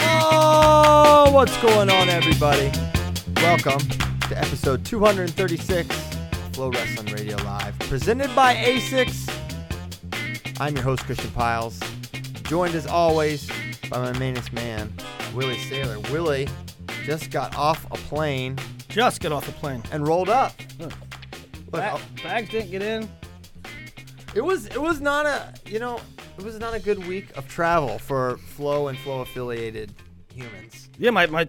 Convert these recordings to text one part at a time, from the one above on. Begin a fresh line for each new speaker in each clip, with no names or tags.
Oh, what's going on, everybody? Welcome to episode 236 Flow Wrestling Radio Live, presented by ASICS. I'm your host, Christian Piles, joined as always by my mainest man, Willie Sailor. Willie just got off a plane
Just get off the plane.
and rolled up. Look,
Ba-
I'll-
bags didn't get in.
It was it was not a you know it was not a good week of travel for Flow and Flow affiliated humans.
Yeah, my my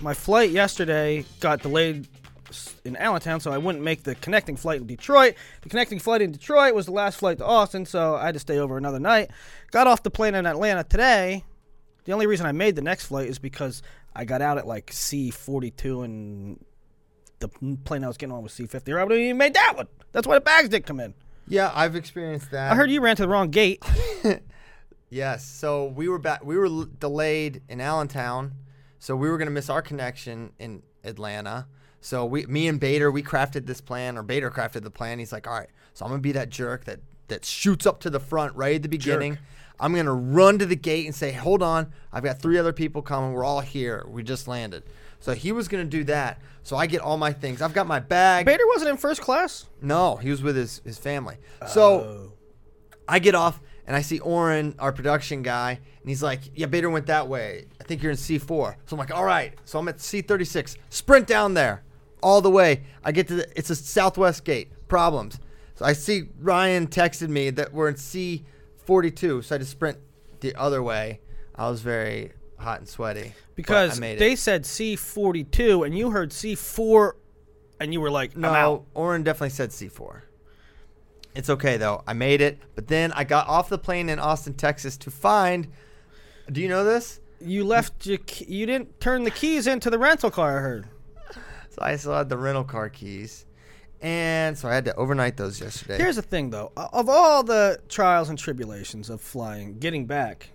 my flight yesterday got delayed s- in Allentown, so I wouldn't make the connecting flight in Detroit. The connecting flight in Detroit was the last flight to Austin, so I had to stay over another night. Got off the plane in Atlanta today. The only reason I made the next flight is because I got out at like C forty two and the plane I was getting on was C fifty, or I would have even made that one. That's why the bags didn't come in.
Yeah, I've experienced that.
I heard you ran to the wrong gate.
Yes. So we were back. We were l- delayed in Allentown, so we were gonna miss our connection in Atlanta. So we, me and Bader, we crafted this plan, or Bader crafted the plan. He's like, all right, so I'm gonna be that jerk that that shoots up to the front right at the beginning. I'm gonna run to the gate and say, hold on, I've got three other people coming. We're all here. We just landed. So he was gonna do that. So I get all my things. I've got my bag.
Bader wasn't in first class.
No, he was with his, his family.
Oh.
So I get off and I see Oren, our production guy, and he's like, Yeah, Bader went that way. I think you're in C4. So I'm like, All right. So I'm at C36. Sprint down there all the way. I get to the, it's a southwest gate. Problems. So I see Ryan texted me that we're in C42. So I just sprint the other way. I was very hot and sweaty. but
Because
I made
they
it.
said C forty two, and you heard C four, and you were like, "I'm out."
No, Oren definitely said C4. It's okay though. I made it, but then I got off the plane in Austin, Texas to find. Do you know this?
You left. Your, key- you didn't turn the keys into the rental car. I heard.
So I still had the rental car keys, and so I had to overnight those yesterday.
Here's the thing, though. O- Of all the trials and tribulations of flying, getting back,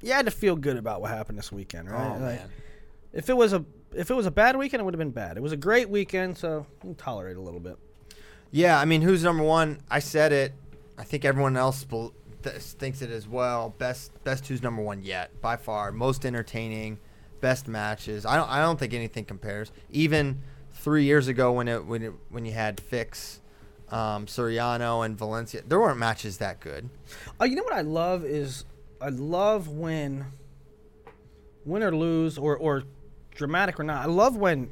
you had to feel good about what happened this weekend, right?
Oh, man.
If it was a if it was a bad weekend, it would have been bad. It was a great weekend, so you can tolerate a little bit.
yeah, I mean, who's number one? I said it. I think everyone else bel- th- thinks it as well. Best, best who's number one yet by far. Most entertaining, best matches. I don't, I don't think anything compares. Even three years ago when it when it, when you had Fix, um, Soriano and Valencia, there weren't matches that good.
Oh, you know what I love is I love when win or lose or or dramatic or not. I love when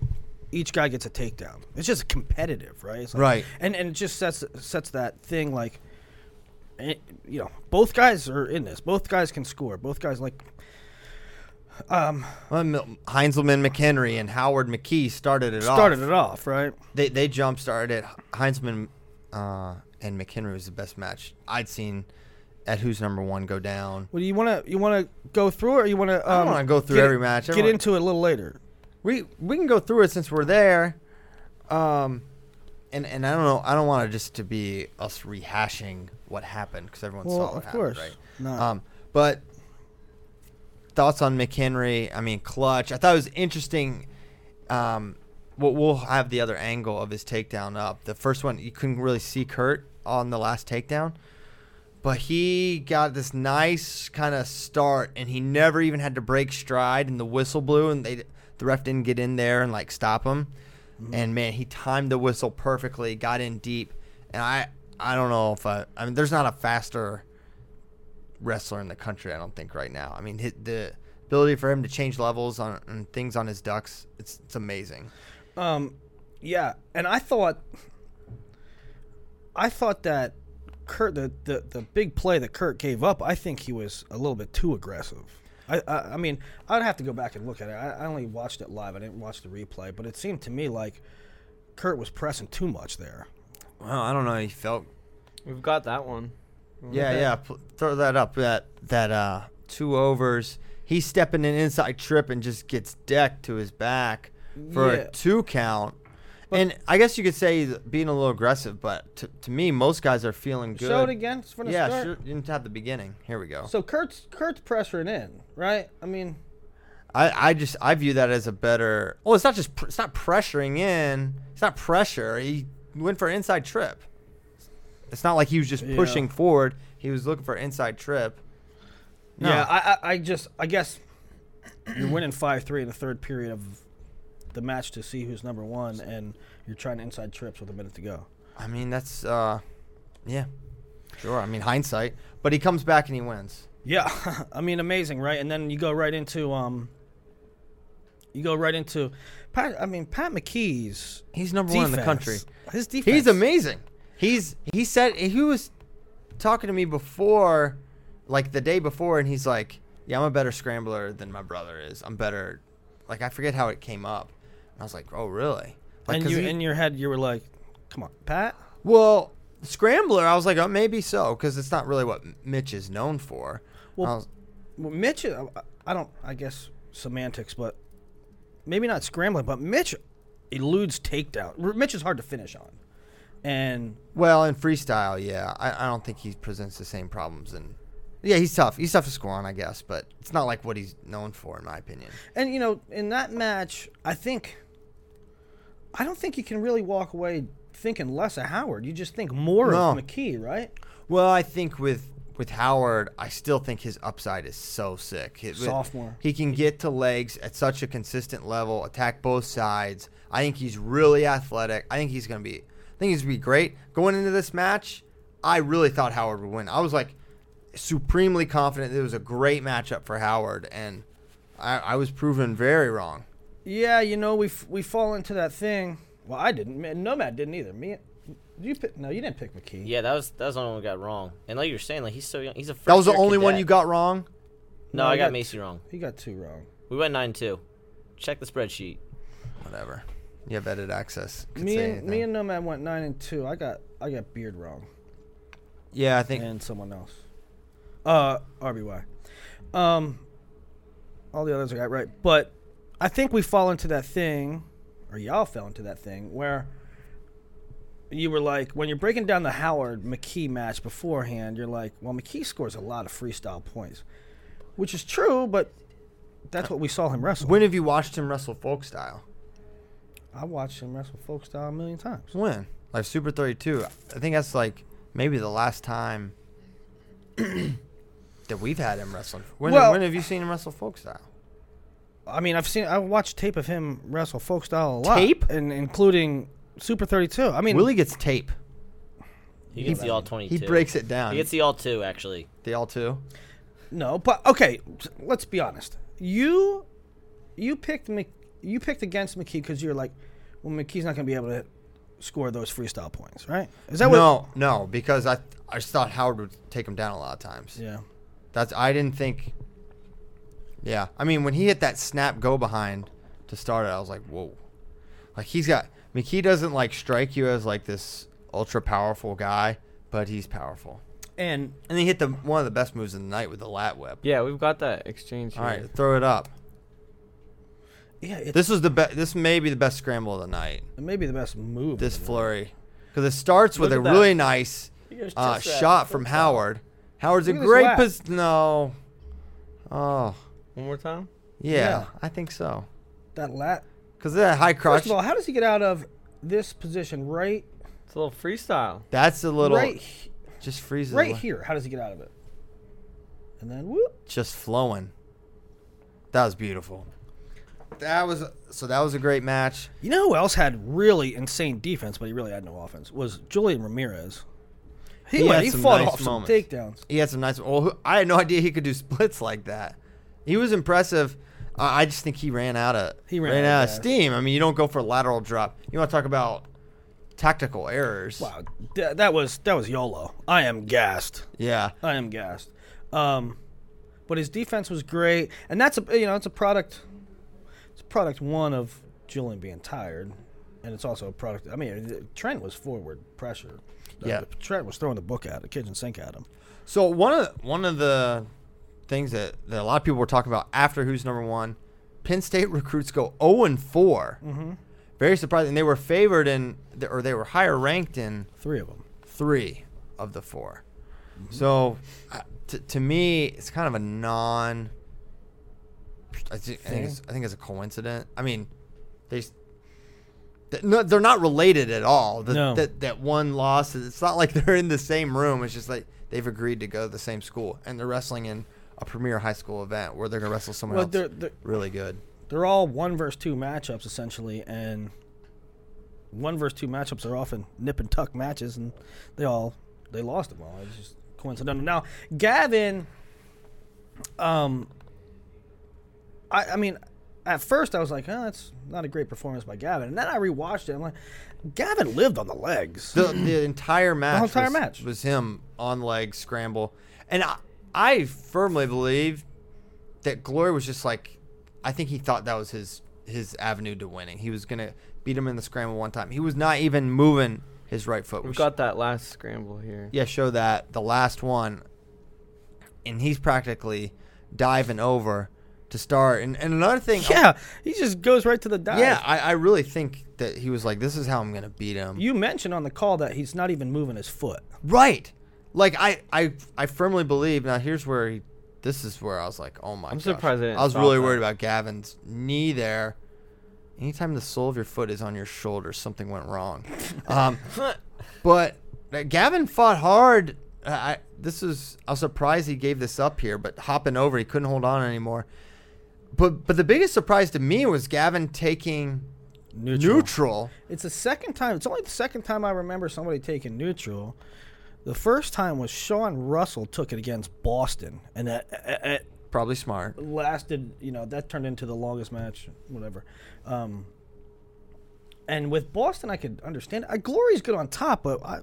each guy gets a takedown. It's just competitive, right? It's like-
Right.
And and it just sets sets that thing like eh, you know, both guys are in this. Both guys can score. Both guys like
Well, Mil- Heinzelman McHenry and Howard McKee started it off.
started it off, right?
They they jump started it. Heinzman uh, and McHenry was the best match I'd seen at who's number one go down.
Well, do you want to you want to go through or you want to um,
wanna go through
get-
every match. I
Get
wanna-
into it a little later.
We we can go through it since we're there. Um, and and I don't know. I don't want it just to be us rehashing what happened because everyone
Well,
saw what
of
happened,
course.
right?
No.
Um, but thoughts on McHenry? I mean, clutch. I thought it was interesting. Um, we'll, we'll have the other angle of his takedown up. The first one you couldn't really see Kurt on the last takedown, but he got this nice kind of start, and he never even had to break stride, and the whistle blew, and they the ref didn't get in there and like stop him. And man, he timed the whistle perfectly, got in deep, and I I don't know if I I mean there's not a faster wrestler in the country. I don't think right now. I mean, his, the ability for him to change levels on and things on his ducks, it's it's amazing.
Um, yeah, and I thought, I thought that Kurt, the, the the big play that Kurt gave up, I think he was a little bit too aggressive. I, I, I mean, I'd have to go back and look at it. I, I only watched it live. I didn't watch the replay, but it seemed to me like Kurt was pressing too much there.
Well, I don't know. He felt
We've got that one.
Yeah, yeah. Pl- throw that up. That that uh two overs. He's stepping an inside trip and just gets decked to his back for
Yeah.
a two count. and I guess you could say he's being a little aggressive, but to, to me, most guys are feeling good.
Show it again from the
yeah,
start.
sure. You didn't have the beginning. Here we go.
So Kurt's Kurt's pressuring in, right? I mean,
I, I just I view that as a better. Well, it's not just pr- it's not pressuring in. It's not pressure. He went for an inside trip. It's not like he was just
Yeah.
pushing forward. He was looking for an inside trip. No.
yeah. I, I I just I guess you're winning five three in the third period of the match to see who's number one, and you're trying inside trips with a minute to go.
I mean that's uh, yeah, sure. I mean hindsight, but he comes back and he wins.
Yeah, I mean, amazing, right? And then you go right into um, you go right into Pat. I mean, Pat McKee's
He's number one in the country.
His defense.
He's amazing. He's he said he was talking to me before, like the day before, and he's like, "Yeah, I'm a better scrambler than my brother is. I'm better." Like I forget how it came up, and I was like, "Oh, really?" Like,
and
'cause
you
he-
in your head, you were like, "Come on, Pat."
well, scrambler. I was like, "Oh, maybe so," because it's not really what Mitch is known for.
Well,
I was-
Well, Mitch, I, I don't. I guess semantics, but maybe not scrambling. But Mitch eludes takedown. R- Mitch is hard to finish on, and
Well, in freestyle, yeah, I, I don't think he presents the same problems. And yeah, he's tough. He's tough to score on, I guess, but it's not like what he's known for, in my opinion.
and you know, in that match, I think I don't think you can really walk away thinking less of Howard. You just think more
No.
of McKee, right?
Well, I think with with Howard, I still think his upside is so sick. It-
Sophomore.
he can get to legs at such a consistent level, attack both sides. I think he's really athletic. I think he's gonna be. I think he's gonna be great going into this match. I really thought Howard would win. I was like supremely confident. It was a great matchup for Howard, and I, I was proven very wrong.
Yeah, you know, we f- we fall into that thing. Well, I didn't. Man, Nomad didn't either. Me, you pick, no, you didn't pick McKee.
Yeah, that was that was the only one we got wrong. And like you were saying, like he's so young. He's a
That was the
first-year
only one
cadet.
you got wrong.
No,
No, I
I got
got-
Macy wrong.
he got two wrong.
We went nine two. Check the spreadsheet.
Whatever. You have edit access. Could
Me
say
and me
anything.
and Nomad went nine and two. I got I got Beard wrong.
yeah, I think
and someone else. Uh, RBY. Um, all the others I got right, but I think we fall into that thing, or y'all fell into that thing where you were like, when you're breaking down the Howard McKee match beforehand, you're like, well, McKee scores a lot of freestyle points, which is true, but that's what we saw him wrestle.
when have you watched him wrestle folk style?
I watched him wrestle folk style a million times.
When? Like Super 32. I think that's like maybe the last time that we've had him wrestling. When,
Well-
when have you seen him wrestle folk style?
I mean, I've seen, I watched tape of him wrestle folk style a lot,
Tape?
and including Super Thirty Two. I mean,
Willie gets tape.
He gets the all twenty
He
two.
breaks it down.
He gets the all two actually.
the all two.
No, but okay, let's be honest. You you picked Mc, you picked against McKee because you're like, well, McKee's not going to be able to score those freestyle points, right? Is that what?
No, no, because I I just thought Howard would take him down a lot of times.
Yeah.
That's I didn't think. Yeah, I mean when he hit that snap go behind to start it, I was like, whoa, like he's got. I mean, he doesn't like strike you as like this ultra powerful guy, but he's powerful.
And
And he hit the one of the best moves of the night with the lat whip.
Yeah, we've got that exchange here.
All right, throw it up.
yeah, it's
This was the best. This may be the best scramble of the night.
it may be the best move.
This flurry, because it starts with
Look
a
at that.
really nice
goes
uh,
chest wrap.
shot from Howard. Howard's a
Look at this
great
lap.
pos- No. Oh,
One more time.
yeah,
Yeah.
I think so.
that lat.
Because that high crotch.
First of all, how does he get out of this position right
It's a little freestyle.
That's a little
right he-
just freezes.
right
li-
here? How does he get out of it? And then whoop.
Just flowing. That was beautiful. That was so. That was a great match.
You know who else had really insane defense, but he really had no offense? Was Julian Ramirez. He,
He
went-
had
he
some
fought
nice
off some
moments.
takedowns.
He had some nice. Well, who- I had no idea he could do splits like that. He was impressive. I I just think he ran out of
He
ran, out of steam. I mean, you don't go for a lateral drop. You want to talk about tactical errors?
Wow, th- that was that was YOLO. I am gassed.
Yeah.
I am gassed. Um, but his defense was great, and that's a you know it's a product. It's product one of Julian being tired, and it's also a product. I mean, the trend was forward pressure.
Yeah.
The track was throwing the book at the kitchen sink at him.
So one of one of the things that, that a lot of people were talking about after who's number one, Penn State recruits go zero and 4 Mm-hmm. Very surprising. They were favored in, or they were higher ranked in
Three of them.
three of the 4
Mm-hmm.
So, uh, t- to me, it's kind of a non. I, thi- I think it's, I think it's a coincidence. I mean, they. s- th- No, they're not related at all. The,
No.
That that one loss, it's not like they're in the same room. It's just like they've agreed to go to the same school, and they're wrestling in a premier high school event where they're gonna wrestle someone
Well,
else
they're- they're-
really good.
They're all one versus two matchups essentially, and one versus two matchups are often nip and tuck matches, and they all they lost them all. It's just coincidental. Now, Gavin, um, I I mean, at first I was like, oh, that's not a great performance by Gavin, and then I rewatched it. I'm like, Gavin lived on the legs.
the, the entire match.
whole entire
was,
match.
was him on leg scramble, and I, I firmly believe that Glory was just like, I think he thought that was his his avenue to winning. He was gonna beat him in the scramble one time. He was not even moving his right foot.
We've
which-
got that last scramble here.
yeah, show that the last one, and he's practically diving over to start. And, and another thing,
yeah, he just goes right to the dive.
yeah, I, I really think that he was like, this is how I'm gonna beat him.
You mentioned on the call that he's not even moving his foot.
Right. Like I, I, I firmly believe. Now here's where he, this is where I was like, oh my.
I'm
gosh.
surprised they didn't
I was
stop
really
that.
worried about Gavin's knee there. Anytime the sole of your foot is on your shoulder, something went wrong. um, but uh, Gavin fought hard. Uh, I this is I was surprised he gave this up here, but hopping over, he couldn't hold on anymore. But but the biggest surprise to me was Gavin taking neutral.
It's the second time. It's only the second time I remember somebody taking neutral. The first time was Sean Russell took it against Boston, and that it
Probably smart.
lasted. You know that turned into the longest match, whatever. Um, and with Boston, I could understand. Uh, Glory's good on top, but I,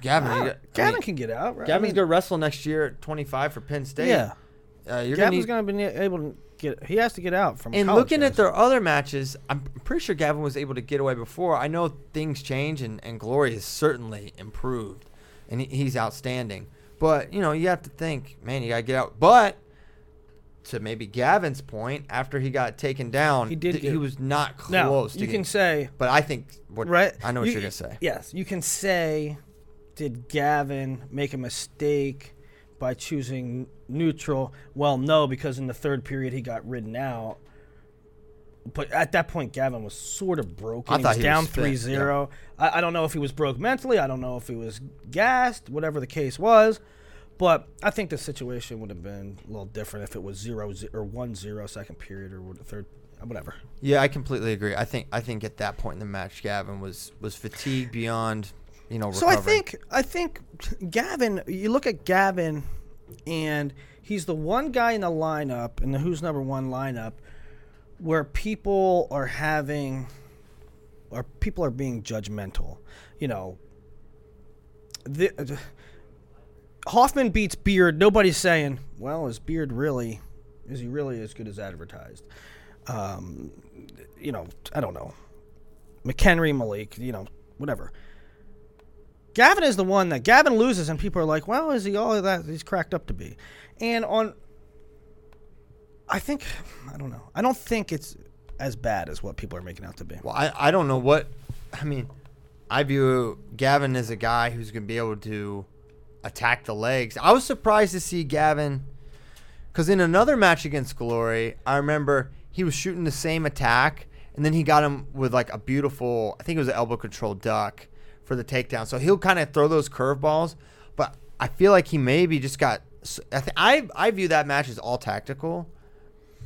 Gavin. he
I-
got- I
Gavin
mean-
can get out. Right? I
Gavin's
mean,
gonna wrestle next year at 25 for Penn State.
Yeah,
uh, you're
Gavin's
gonna. Need,
going to be able to get. He has to get out from.
and
college
looking
guys.
at their other matches, I'm pretty sure Gavin was able to get away before. I know things change, and, and Glory has certainly improved, and he, he's outstanding. But you know, you have to think, man, you gotta get out. But to maybe Gavin's point, after he got taken down,
He did
th-
get-
he was not
now,
close. to
you can
get-
say
but I think what
right?
I know what
You-
you, are gonna say.
Yes, you can say, did Gavin make a mistake by choosing neutral? Well, no, because in the third period he got ridden out. But at that point, Gavin was sort of broken.
I
he
thought
was
he was
down
fit,
three zero. 3-0. I, I don't know if he was broke mentally. I don't know if he was gassed, whatever the case was. But I think the situation would have been a little different if it was 0 ze- or 1 0 second period or what- third, whatever.
Yeah, I completely agree. I think I think at that point in the match, Gavin was was fatigued beyond, you know.
So I
recovering.
think I think Gavin. You look at Gavin, and he's the one guy in the lineup in the Who's Number One lineup where people are having, or people are being judgmental. You know, the, Hoffman beats Beard. Nobody's saying, "Well, is Beard really? Is he really as good as advertised?" Um, you know, I don't know. McHenry, Malik, you know, whatever. Gavin is the one that Gavin loses, and people are like, "Well, is he all that he's cracked up to be?" And on, I think, I don't know. I don't think it's as bad as what people are making out to be.
Well, I, I don't know what. I mean, I view Gavin as a guy who's going to be able to attack the legs. I was surprised to see Gavin because in another match against Glory, I remember he was shooting the same attack, and then he got him with like a beautiful, I think it was an elbow control duck for the takedown. So he'll kind of throw those curveballs, but I feel like he maybe just got. s- I th- I I view that match as all tactical,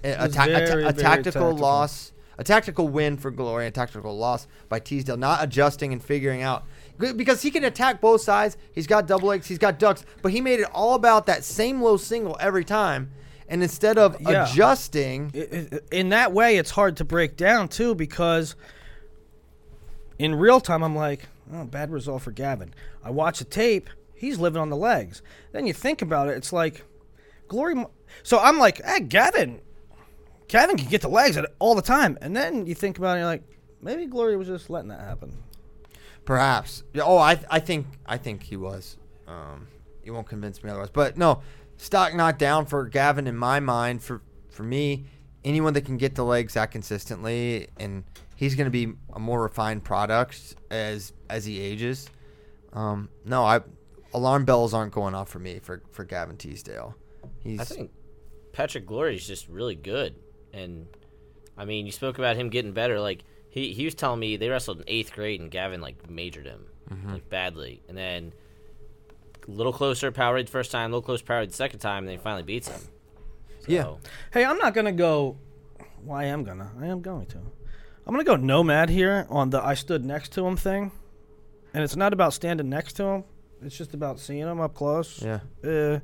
a, a,
was
ta- a ta-
very,
a
very
tactical,
tactical.
loss, a tactical win for Glory, and a tactical loss by Teasdale, not adjusting and figuring out. G- Because he can attack both sides, he's got double legs, he's got ducks, but he made it all about that same low single every time. And instead of
Yeah.
adjusting,
I- I- in that way, it's hard to break down too because in real time, I'm like, oh, bad result for Gavin. I watch the tape; he's living on the legs. Then you think about it; it's like glory. Mo- So I'm like, hey, Gavin, Gavin can get the legs at- all the time. And then you think about it, and you're like, maybe Glory was just letting that happen.
Perhaps. Yeah, Oh, I I think I think he was. Um, you won't convince me otherwise. But no, stock not down for Gavin in my mind. For for me, anyone that can get the legs that consistently, and he's going to be a more refined product as as he ages. Um, no, I alarm bells aren't going off for me for for Gavin Teasdale. He's
I think Patrick Glory is just really good, and I mean, you spoke about him getting better. Like he he was telling me they wrestled in eighth grade, and Gavin like majored him
Mm-hmm.
like badly, and then a little closer Powerade the first time, a little closer Powerade the second time, and then he finally beats him.
Yeah.
So,
Hey, I'm not gonna go. Well, I am gonna. I am going to. I'm gonna go nomad here on the I stood next to him thing, and it's not about standing next to him. It's just about seeing him up close.
yeah.
Uh,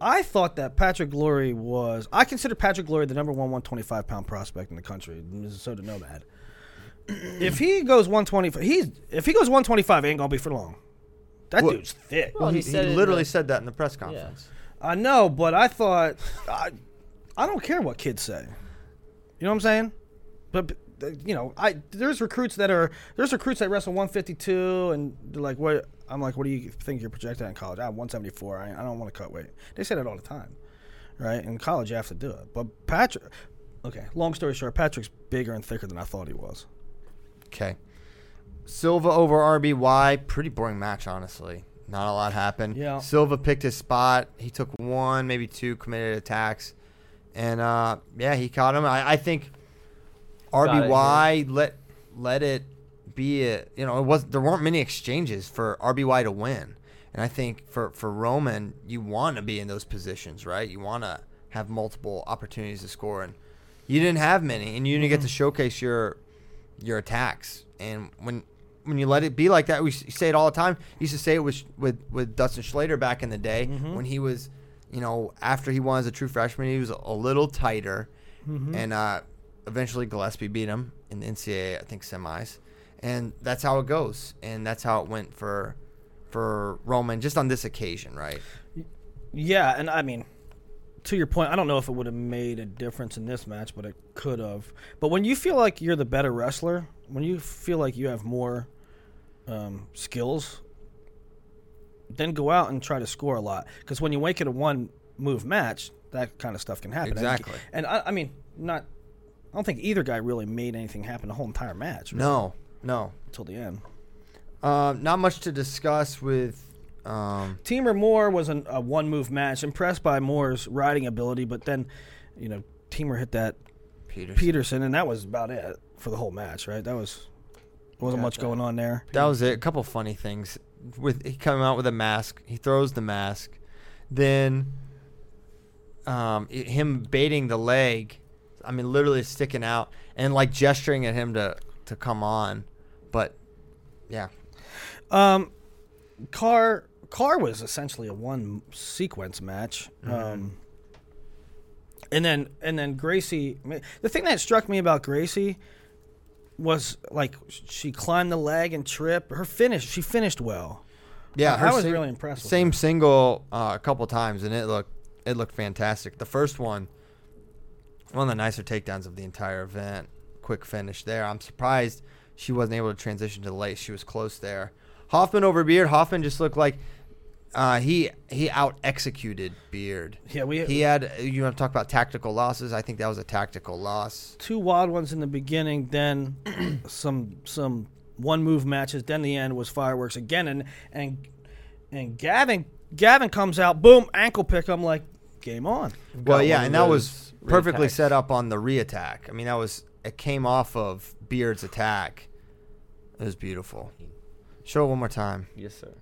I thought that Patrick Glory was. I consider Patrick Glory the number one 125 pound prospect in the country, Minnesota Nomad. if he goes 125, he's if he goes 125, it ain't gonna be for long. That
Well-
dude's thick.
Well,
he, he
he said it in
literally
the-
said that in the press conference.
I know, but I thought I, I don't care what kids say. You know what I'm saying? But but, uh, you know, I there's recruits that are there's recruits that wrestle 152 and they're like, what? I'm like, what do you think you're projected in college? I'm 174. I, I don't want to cut weight. They say that all the time, right? In college, you have to do it. But Patrick, okay. Long story short, Patrick's bigger and thicker than I thought he was.
Okay. Silva over RBY. Pretty boring match, honestly. Not a lot happened.
Yeah.
Silva picked his spot. He took one, maybe two committed attacks. And uh, yeah, he caught him. I, I think RBY let let it be a, you know, it was there weren't many exchanges for RBY to win. And I think for, for Roman, you want to be in those positions, right? You want to have multiple opportunities to score, and you didn't have many, and you didn't get to showcase your your attacks. And when when you let it be like that, we s- say it all the time. Used to say it was with with Dustin Schlater back in the day when he was, you know, after he won as a true freshman, he was a little tighter, and uh, eventually Gillespie beat him in the NCAA, I think semis, and that's how it goes, and that's how it went for for Roman just on this occasion, right?
Yeah, and I mean, to your point, I don't know if it would have made a difference in this match, but it could have. But when you feel like you're the better wrestler, when you feel like you have more um, skills, then go out and try to score a lot. Because when you make it a one move match, that kind of stuff can happen. And-
Exactly.
And, I, I mean, not. I don't think either guy really made anything happen the whole entire match
No, no,
until the end.
um, not much to discuss with. Um,
Teamer Moore was an, a one move match. Impressed by Moore's riding ability, but then, you know, Teamer hit that
Peter.
Peterson, and that was about it for the whole match, right? That was wasn't much going on there.
That was it. A couple funny things. With he coming out with a mask, he throws the mask, then um, i- him baiting the leg. I mean, literally sticking out and like gesturing at him to to come on, but yeah,
Um, Carr Carr was essentially a one sequence match. Um, and then and then Gracie. ma- The thing that struck me about Gracie was like she climbed the leg and trip. Her finish, she finished well.
yeah.
I-
her
I was really impressed with
Same
her.
single uh, a couple times, and it looked it looked fantastic. The first one, one of the nicer takedowns of the entire event. Quick finish there. I'm surprised she wasn't able to transition to the late. She was close there. Hoffman over Beard. Hoffman just looked like uh, he he out executed Beard.
Yeah, we-
he had you want to talk about tactical losses. I think that was a tactical loss.
two wild ones in the beginning, then some some one move matches, then the end was fireworks again, and and and Gavin Gavin comes out, boom, ankle pick. I'm like, game on.
Well,
got
yeah,
one
and
of
that was
those
perfectly
reattacks.
set up on the reattack. I mean, that was it came off of Beard's attack. It was beautiful. Show it one more time.
Yes, sir.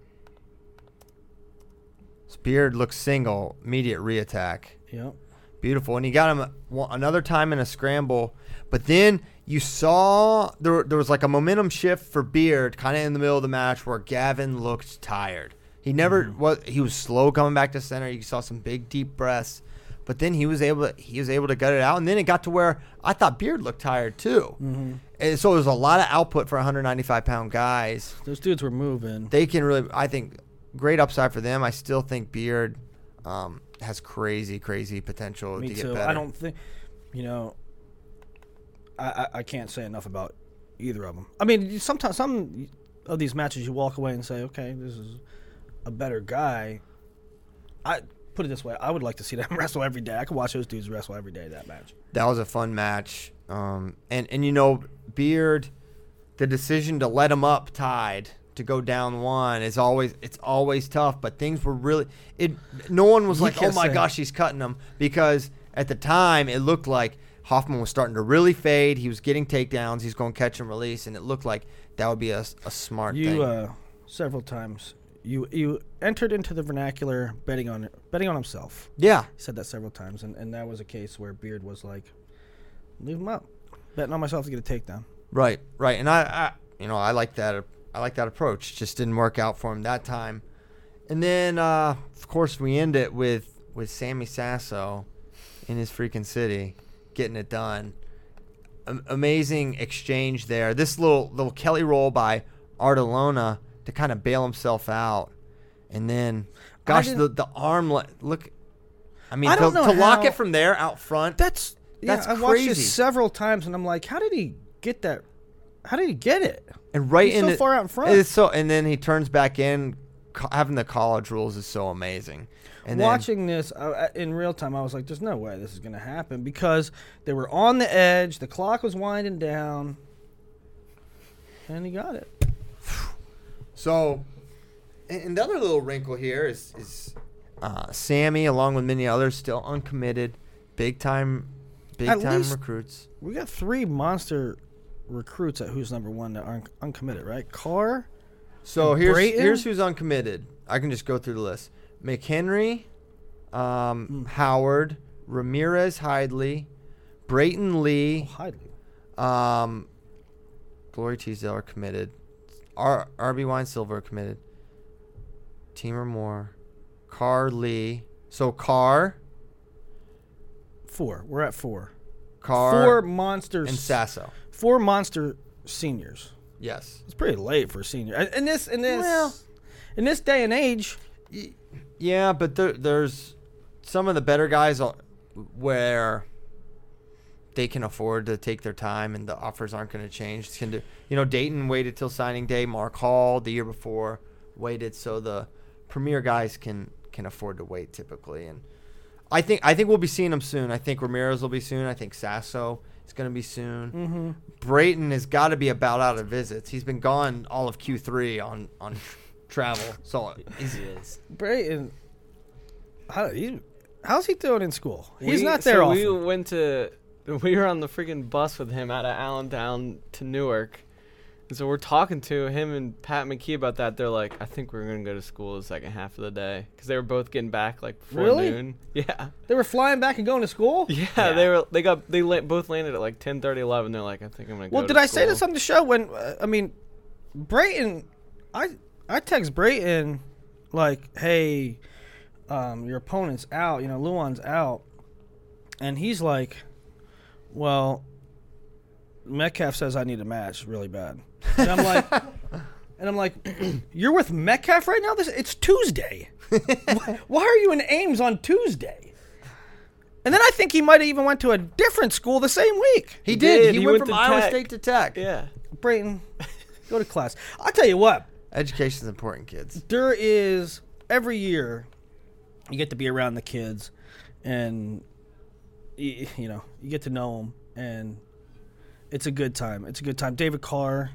Beard looks single, immediate reattack.
Yep.
Beautiful, and he got him one- another time in a scramble. But then you saw there, there was like a momentum shift for Beard, kind of in the middle of the match, where Gavin looked tired. He never
Mm-hmm.
was. He was slow coming back to center. You saw some big deep breaths, but then he was able. To, he was able to gut it out, and then it got to where I thought Beard looked tired too.
Mm-hmm.
And so it was a lot of output for 195 pound guys
Those dudes were moving.
they can really i think great upside for them i still think beard um, has crazy crazy potential
Me
to
too.
get better
I don't think, you know, I, I I can't say enough about either of them. I mean, you- sometimes some of these matches you walk away and say, okay, this is a better guy. I put it this way: I would like to see them wrestle every day. I could watch those dudes wrestle every day. That match.
That was a fun match. Um, and and you know, Beard, the decision to let him up tied to go down one is always it's always tough. But things were really it. No one was
You
like, oh
can't
my
say.
gosh, he's cutting him because at the time it looked like Hoffman was starting to really fade. He was getting takedowns. He's going to catch and release, and it looked like that would be a, s- a smart thing.
You uh, several times. You you entered into the vernacular betting on betting on himself.
yeah,
He said that several times, and, and that was a case where Beard was like, leave him up, betting on myself to get a takedown.
Right, right, and I, I you know, I like that. I like that approach. Just didn't work out for him that time. And then, uh, of course, we end it with with Sammy Sasso in his freaking city, getting it done. A- amazing exchange there. This little little Kelly roll by Artelona to kind of bail himself out, and then, gosh, the
didn't-
the arm le- look. I mean,
I
to,
don't know
to lock
how-
it from there out front.
That's yeah,
That's
I watched
crazy.
this several times, and I'm like, how did he get that? How did he get it?
and right
He's
in
so
it-
far out in front.
It's so, and then he turns back in. Co- having the college rules is so amazing. And then,
Watching this uh, in real time, I was like, "There's no way this is going to happen," because they were on the edge, the clock was winding down, and he got it.
so, and, and the other little wrinkle here is is uh, Sammy, along with many others, still uncommitted, big time, big
At
time
least-
recruits.
We got three monster recruits at who's number one that aren't uncommitted, right? Carr,
So here's
Brayton?
here's who's uncommitted. I can just go through the list: McHenry,
Mm.
um, Howard, Ramirez, Hidley, Brayton Lee.
Hidley.
Um, Glory Teasdale are committed. R- RB Wine Silver are committed. Teamer Moore. Carr Lee. So Carr,
Four. We're at four.
Carr,
four monsters.
and Sasso.
Four monster seniors.
Yes.
It's pretty late for a senior. And- And this, in this,
Well-
in this day and age,
Yeah, but there, there's some of the better guys are- where they can afford to take their time and the offers aren't going to change. It's gonna do, you know, Dayton waited till signing day. Mark Hall the year before waited, so the premier guys can can afford to wait typically. And I think I think we'll be seeing them soon. I think Ramirez will be soon. I think Sasso is going to be soon. Mm-hmm. Brayton has got to be about out of visits. He's been gone all of Q3 on on travel, so he's
He is.
Brayton, how, he's, how's he doing in school? He's
We-
not there
so
often.
we went to we were on the freaking bus with him out of Allentown to Newark. And so we're talking to him and Pat McKee about that. They're like, I think we're gonna go to school the second half of the day because they were both getting back like before
Really?
noon. Yeah.
they were flying back and going to school.
yeah, They were they got they la- both landed at like 10, 11. They're like, I think I'm gonna.
Well,
go
did
to
I say
school."
this on the show when uh, I mean, Brayton? I I text Brayton like, hey, um, your opponent's out. You know, Luan's out, and he's like, well, Metcalf says I need a match really bad, and I'm like. And I'm like, you're with Metcalf right now. This it's Tuesday. Why- Why are you in Ames on Tuesday? And then I think he might have even went to a different school the same week.
He did.
did.
He,
He
went,
went
from
to
Iowa
Tech.
State to Tech.
Yeah.
Brayton, go to class. I'll tell you what,
Education's important, kids.
there is every year you get to be around the kids and you, you know, you get to know them and it's a good time. It's a good time. David Carr,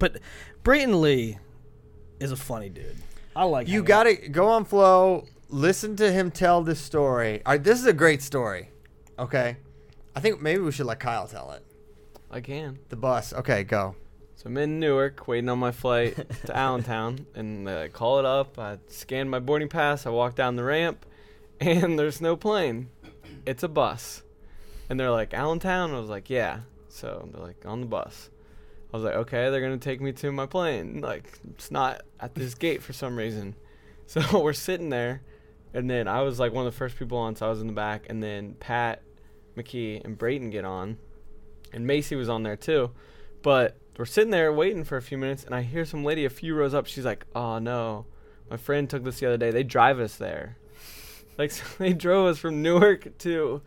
but Brayton Lee is a funny dude. I like
You
hanging
got to go on flow. Listen to him tell this story. All right, this is a great story. Okay, I think maybe we should let Kyle tell it.
I can.
The bus. Okay, go.
So I'm in Newark, waiting on my flight to Allentown, and uh, call it up. I scan my boarding pass. I walk down the ramp, and there's no plane. It's a bus, and they're like Allentown. I was like, yeah. So they're like on the bus. I was like, okay, they're gonna take me to my plane. Like it's not at this gate for some reason. So we're sitting there, and then I was like one of the first people on, so I was in the back, and then Pat, McKee, and Brayton get on, and Macy was on there too. But we're sitting there waiting for a few minutes, and I hear some lady a few rows up. She's like, "Oh no, my friend took this the other day. They drive us there. Like so they drove us from Newark to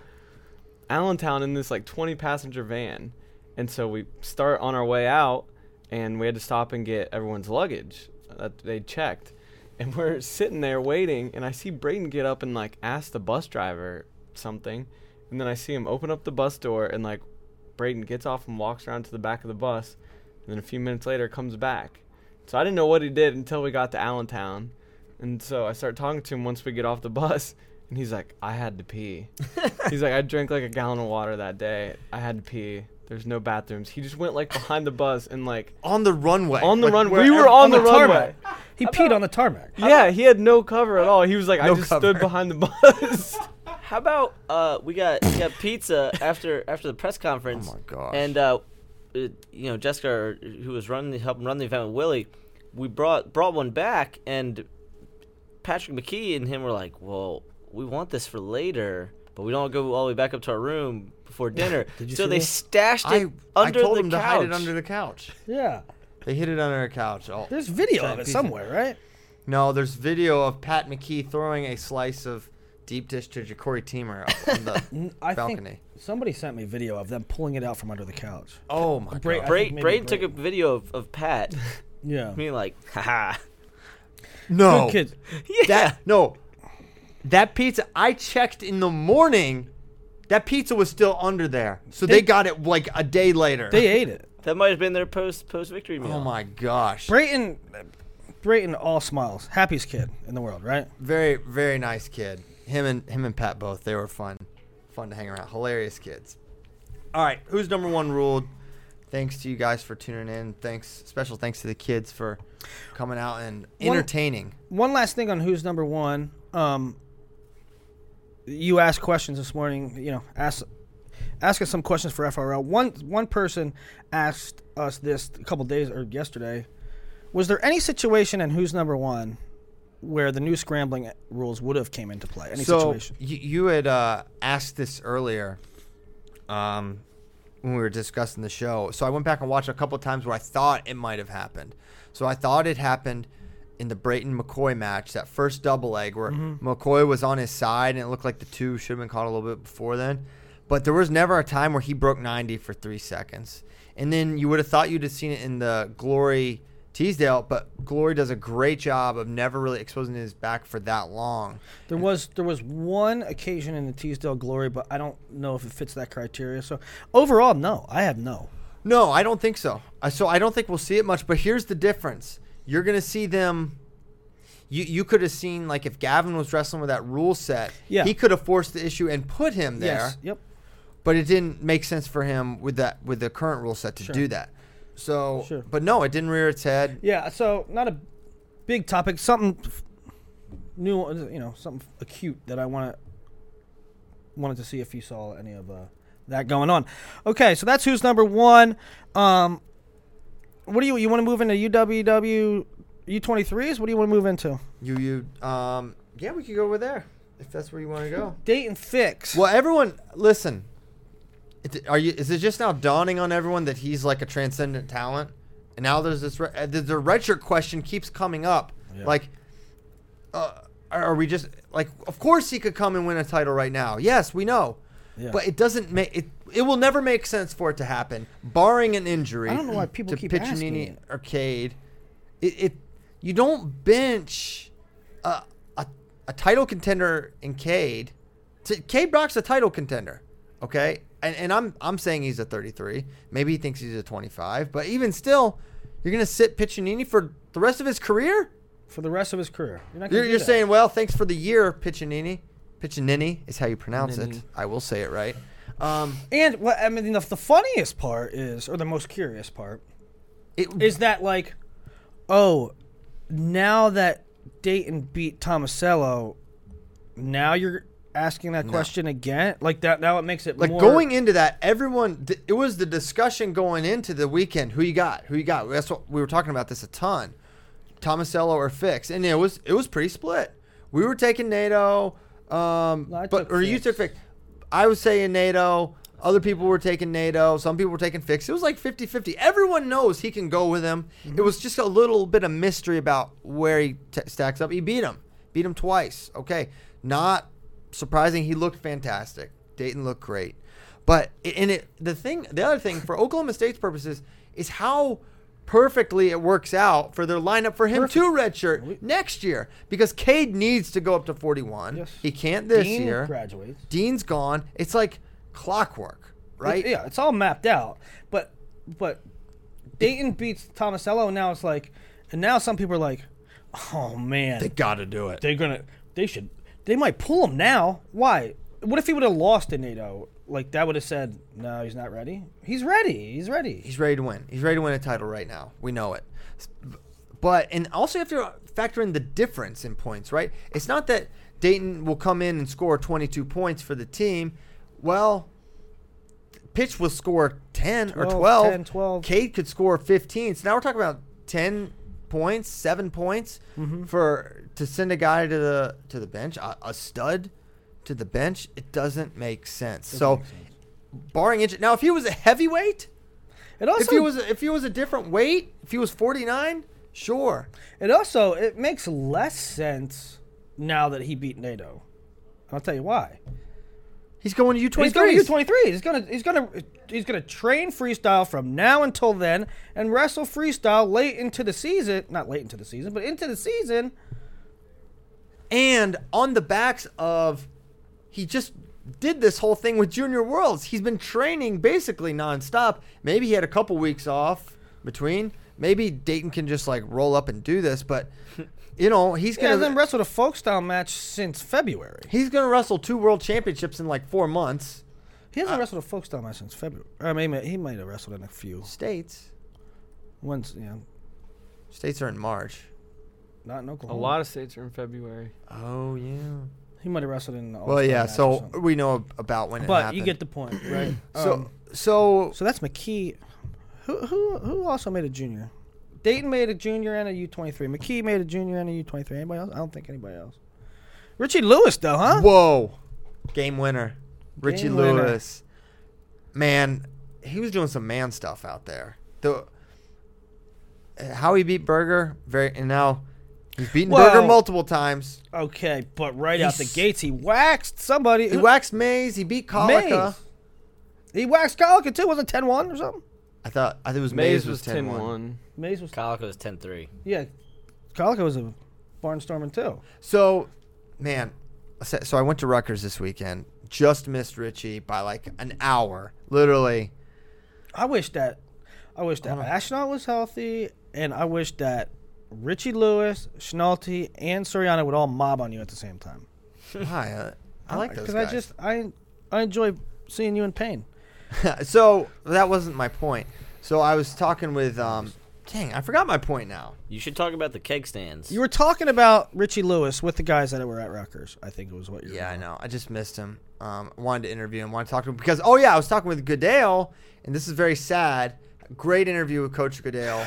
Allentown in this like 20 passenger van, and so we start on our way out, and we had to stop and get everyone's luggage that they checked. And we're sitting there waiting, and I see Braden get up and like ask the bus driver something, and then I see him open up the bus door and like Braden gets off and walks around to the back of the bus, and then a few minutes later comes back. So I didn't know what he did until we got to Allentown, and so I start talking to him once we get off the bus, and he's like, "I had to pee." he's like, "I drank like a gallon of water that day. I had to pee. There's no bathrooms." He just went like behind the bus and like
on the runway.
on the
Like,
runway.
where
We were
ev-
on, the, runway.
tarmac. He peed on the tarmac.
Yeah, he had no cover at all. He was like, "I
No
just
cover.
stood behind the bus."
How about uh, we got we got pizza after after the press conference?
Oh my gosh.
And uh, it- you know Jessica, or who was running the- helping run the event with Willie, we brought brought one back, and Patrick McKee and him were like, "Well, we want this for later, but we don't go all the way back up to our room before dinner."
Did you
so
see
they
this?
stashed
I,
it
I
under
told
the
him to
couch.
hide it under the couch.
Yeah.
They hid it under a couch. Oh,
There's video
giant
of it
piece
somewhere, right?
No, there's video of Pat McKee throwing a slice of deep dish to Ja'Cory Teamer up on the
N- I
balcony.
think somebody sent me video of them pulling it out from under the couch.
oh my
Bra-
god!
I
Bray,
think maybe
Braden took a
Brayden.
video of, of Pat
Yeah.
being like, "Haha,
No,
Good kids.
that no, that pizza I checked in the morning. That pizza was still under there, so they,
They-
got it like a day later.
They ate it.
that might have been their post post victory meal."
oh my gosh!
Brayton, Brayton, all smiles, happiest kid in the world, right?
Very very nice kid. Him and him and Pat both. They were fun, fun to hang around. Hilarious kids. All right, who's number one ruled? Thanks to you guys for tuning in. Thanks, special thanks to the kids for coming out and
One-
entertaining.
One last thing on who's number one. Um, you asked questions this morning. You know, ask ask us some questions for FRL. One one person asked us this a couple days or yesterday. Was there any situation in who's number one where the new scrambling rules would have came into play? Any
so
situation?
you, you had uh, asked this earlier um, when we were discussing the show. So I went back and watched a couple times where I thought it might have happened. So I thought it happened in the Brayton McCoy match, that first double leg where
Mm-hmm.
McCoy was on his side and it looked like the two should have been caught a little bit before then. But there was never a time where he broke 90 for three seconds. And then you would have thought you'd have seen it in the Glory Teasdale, but Glory does a great job of never really exposing his back for that long.
There was there was one occasion in the Teasdale Glory, but I don't know if it fits that criteria. So overall, no, I have no.
No, I don't think so. Uh, So I don't think we'll see it much. But here's the difference: you're going to see them. You you could have seen like if Gavin was wrestling with that rule set,
Yeah.
he could have forced the issue and put him there.
Yes. Yep.
But it didn't make sense for him with that with the current rule set to do that. So,
Sure.
but no, it didn't rear its head.
Yeah. So not a big topic. Something f- new. You know, something acute that I want to wanted to see if you saw any of uh, that going on. Okay, so that's who's number one. Um, what do you you want to move into UWW U twenty threes? What do you want to move into?
You you um yeah, we could go over there if that's where you want to go.
Dayton Fix.
Well, everyone, listen. It- Are you? Is it just now dawning on everyone that he's like a transcendent talent? And now there's this re- uh, the, the red shirt question keeps coming up. Like, uh, are are we just like? Of course he could come and win a title right now. Yes, we know.
Yeah.
But it doesn't make it. It will never make sense for it to happen, barring an injury.
I don't know why people
to
keep
Piccinini
asking it.
Arcade. It, it you don't bench a, a, a title contender in Cade. T- Cade Brock's a title contender, okay? And, and I'm I'm saying he's a 33. Maybe he thinks he's a 25, but even still, you're gonna sit Piccinini for the rest of his career.
for the rest of his career, you're not. gonna
You're,
do
you're
that.
saying, well, thanks for the year, Piccinini. Piccinini is how you pronounce it. I will say it right. Um,
And well, I mean, the, the funniest part is, or the most curious part,
it,
is that like, oh, now that Dayton beat Tomasello, now you're asking that question again. Like that now it makes it
like
more,
going into that everyone th- it was the discussion going into the weekend who you got who you got that's what we were talking about this a ton Tomasello or Fix and it was it was pretty split we were taking NATO um
No, I
but
took
or you
Fix.
took Fix I was saying NATO other people were taking NATO some people were taking Fix it was like 50-50 everyone knows he can go with him
Mm-hmm.
it was just a little bit of mystery about where he t- stacks up he beat him beat him twice okay not surprising. He looked fantastic. Dayton looked great, but and it the thing the other thing for Oklahoma State's purposes is how perfectly it works out for their lineup for him to redshirt next year because Cade needs to go up to 41.
Yes.
He can't this
Dean
year.
graduates.
Dean's gone. It's like clockwork, right?
It- yeah, it's all mapped out. But but Dayton beats Tomasello, and now it's like, and now some people are like, oh man,
They got to do it.
they're gonna, they should, they might pull him now. Why? What if he would have lost to NATO? Like that would have said, no, he's not ready. He's ready. He's ready.
He's ready to win. He's ready to win a title right now. We know it. S- But and also you have to factor in the difference in points, right? It's not that Dayton will come in and score 22 points for the team. Well, Pitch will score 10 or
12,
12.
10, 12.
Cade could score 15. So now we're talking about 10 points, 7 points for to send a guy to the to the bench, a, a stud to the bench. It doesn't make sense. so barring injury. Now if he was a heavyweight,
It also
if he was if he was a different weight, if he was 49, sure.
It also it makes less sense now that he beat NATO. I'll tell you why.
He's going to U23.
He's going to U twenty three. He's gonna he's gonna he's gonna train freestyle from now until then and wrestle freestyle late into the season. Not late into the season, but into the season.
and on the backs of he just did this whole thing with Junior Worlds. He's been training basically nonstop. Maybe he had a couple weeks off between. Maybe Dayton can just like roll up and do this, but you know, he's
He
going
hasn't wrestled a folk style match since February.
he's going to wrestle two world championships in like 4 months.
He hasn't wrestled a folk style match since February. I mean, he might have wrestled in a few.
States.
Once, yeah,
States are in March.
not in
A
Oklahoma.
lot of states are in February.
Oh yeah.
He might have wrestled in. an
Well,
all-star
yeah.
match or
So
something.
we know ab- about when it
but
happened.
you get the point, right?
so
Um,
so
So that's McKee. Who who who also made a junior? Dayton made a junior and a U twenty three. McKee made a junior and a U twenty three. Anybody else? I don't think anybody else. Richie Lewis though, huh?
Whoa. Game winner. Richie
Game winner.
Lewis. Man, he was doing some man stuff out there. The how he beat Berger, very and now he's beaten Berger
Well-
multiple times.
Okay, but right out the
He's-
gates he waxed somebody.
He waxed Mays, he beat Colica.
Mays. He waxed Colica too. Wasn't 10-1 or something?
I thought I think it was Mays,
Mays was 10 1.
Mays was
Calico is 10-3.
yeah. Colica was a barnstorming too.
So, man, so so I went to Rutgers this weekend. Just missed Richie by like an hour, literally.
I wish that I wish that Ashnot was healthy, and I wish that Richie Lewis, Schnalty, and Soriano would all mob on you at the same time.
Hi, uh, I, I like those
because
guys.
Uh, I just I I enjoy seeing you in pain.
so that wasn't my point. So I was talking with um dang, I forgot my point now.
You should talk about the keg stands.
You were talking about Richie Lewis with the guys that were at Rutgers. I think it was what you. were
Yeah, I
doing.
know. I just missed him. Um wanted to interview him, wanted to talk to him because oh yeah, I was talking with Goodale and this is very sad. Great interview with Coach Goodale.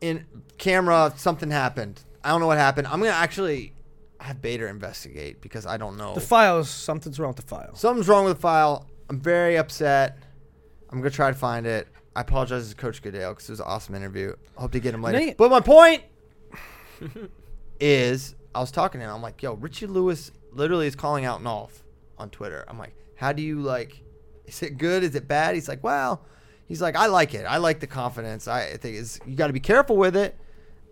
In camera something happened. I don't know what happened. I'm gonna actually have Bader investigate because I don't know.
The files. Something's wrong with the files.
Something's wrong with the file. I'm very upset. I'm gonna try to find it. I apologize to Coach Goodale because it was an awesome interview. Hope to get him later.
Nate-
But my point is, I was talking to him. I'm like, yo, Richie Lewis literally is calling out Nolf on Twitter. I'm like, how do you like? Is it good? Is it bad? He's like, well, he's like, I like it. I like the confidence. I I think is you got to be careful with it.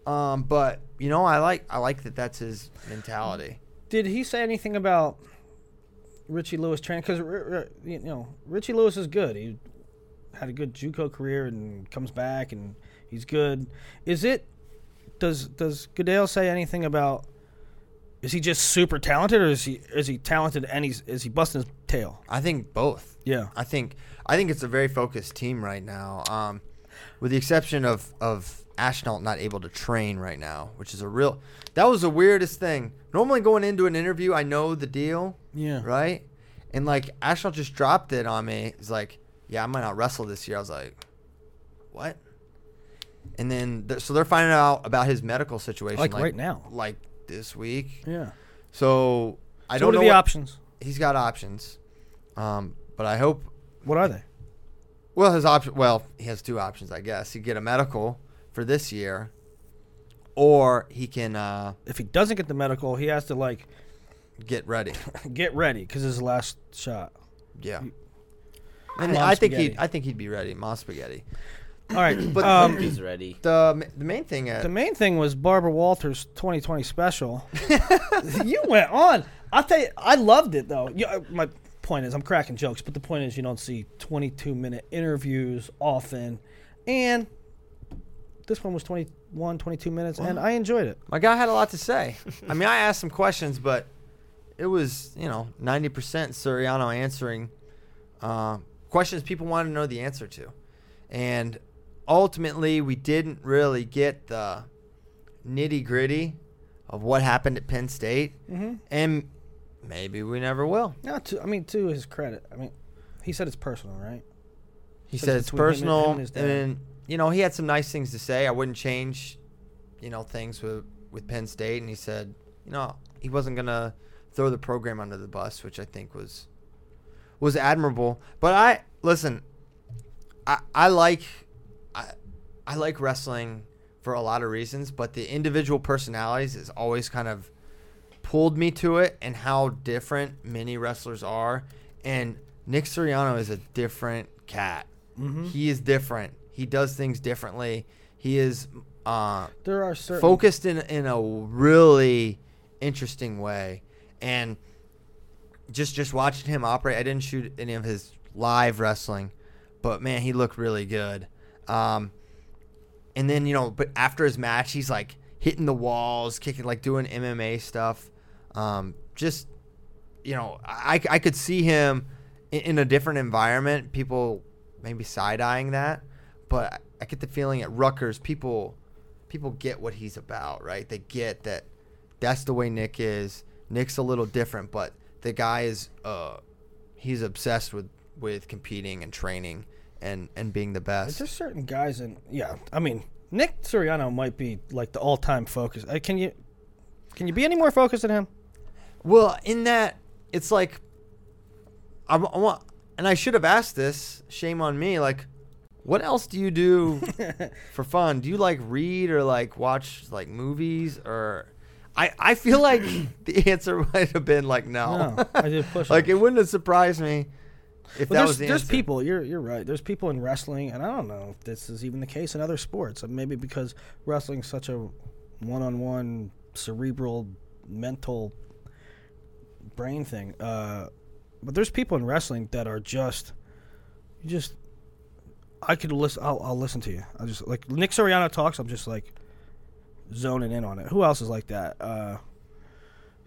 Um, but you know, I like I like that. That's his mentality.
Did he say anything about Richie Lewis training? Because you know Richie Lewis is good. He had a good JUCO career and comes back and he's good. Is it? Does Does Goodale say anything about? Is he just super talented, or is he is he talented and he's is he busting his tail?
I think both.
Yeah.
I think I think it's a very focused team right now. Um, with the exception of of Ashnault not able to train right now, which is a real that was the weirdest thing. Normally going into an interview, I know the deal.
Yeah.
Right? And like Ashnault just dropped it on me. He's like, Yeah, I might not wrestle this year. I was like, What? And then th- so they're finding out about his medical situation
Like right now.
Like this week.
Yeah.
So I
So
don't
what are
know
the
what-
options?
he's got options. Um, but I hope
What are they?
Well, his option. Well, he has two options, I guess. He can get a medical for this year, or he can uh,
If he doesn't get the medical, he has to like
get ready.
get ready because his last shot.
Yeah. And
Mom
I think
spaghetti.
he, I think he'd be ready. Mom spaghetti.
All right,
But-
but um,
He's ready.
The the main thing. Uh,
the main thing was Barbara Walters' 2020 special. you went on. I'll tell you, I loved it though. You, uh, my point is, I'm cracking jokes, but the point is, you don't see 22 minute interviews often, and this one was 21, 22 minutes, and I enjoyed it.
my guy had a lot to say. I mean, I asked some questions, but it was you know ninety percent Suriano answering uh, questions people wanted to know the answer to, and ultimately we didn't really get the nitty gritty of what happened at Penn State, and maybe we never will.
Not to, I mean, to his credit, I mean, he said it's personal, right?
He
So
said
it's
it's
between him and- him
personal,
and
and,
his dad.
you know he had some nice things to say. I wouldn't change, you know, things with with Penn State. And he said, you know, he wasn't gonna throw the program under the bus, which I think was was admirable. But I listen, I I like I I like wrestling for a lot of reasons, but the individual personalities is always kind of pulled me to it and how different many wrestlers are. And Nick Soriano is a different cat. He is different. He does things differently. He is uh,
There are certain
focused in in a really interesting way, and just just watching him operate. I didn't shoot any of his live wrestling, but man, he looked really good. Um, and then you know, but after his match, he's like hitting the walls, kicking, like doing MMA stuff. Um, just you know, I I could see him in, in a different environment. People maybe side eyeing that, but I get the feeling at Rutgers, people people get what he's about, right? They get that that's the way Nick is. Nick's a little different, but the guy is uh he's obsessed with with competing and training and and being the best.
There's certain guys, and yeah, I mean, Nick Soriano might be like the all-time focus. Uh, can you can you be any more focused than him?
Well, in that it's like I, wa- I want, and I should have asked this. Shame on me. Like, what else do you do for fun? Do you like read or like watch like movies or? I I feel like the answer might have been like no.
No, I did push.
Oh. like
him.
it wouldn't have surprised me if that
Well, there's,
was the
there's
answer.
people. You're you're right. There's people in wrestling, and I don't know if this is even the case in other sports. Uh, Maybe because wrestling's such a one-on-one, cerebral, mental, brain thing. Uh, but there's people in wrestling that are just, you just. I could listen. I'll, I'll listen to you. I just like Nick Soriano talks. I'm just like zoning in on it. Who else is like that? Uh,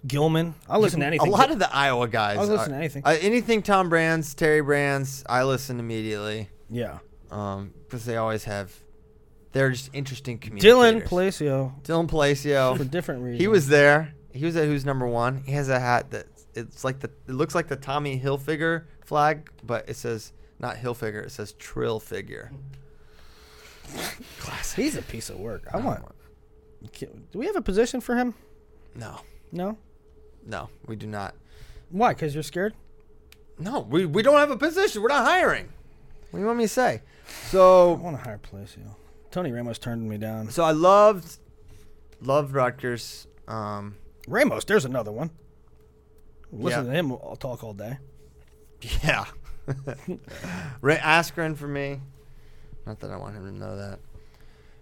Gilman. I'll listen to anything.
A lot of the Iowa guys.
I'll listen
are-
to anything.
Uh, anything Tom Brands, Terry Brands, I listen immediately
yeah.
because they always have. They're just interesting communicators.
Dylan Palacio
Dylan Palacio.
for different reasons.
He was there. He was at Who's Number One. He has a hat that it's like the it looks like the Tommy Hilfiger flag, but it says not Hilfiger. It says Trill Figure. Classic.
He's a piece of work. I want. Can- Do we have a position for him?
No,
No.
no, we do not.
Why? Because you're scared.
No, we, we don't have a position. We're not hiring. What do you want me to say?
I
So
want to hire Palacio. Tony Ramos turned me down.
so I loved loved Rutgers. Um,
Ramos, there's another one. Listen
Yeah.
to him all talk all day.
yeah, Ray Askren for me. Not that I want him to know that.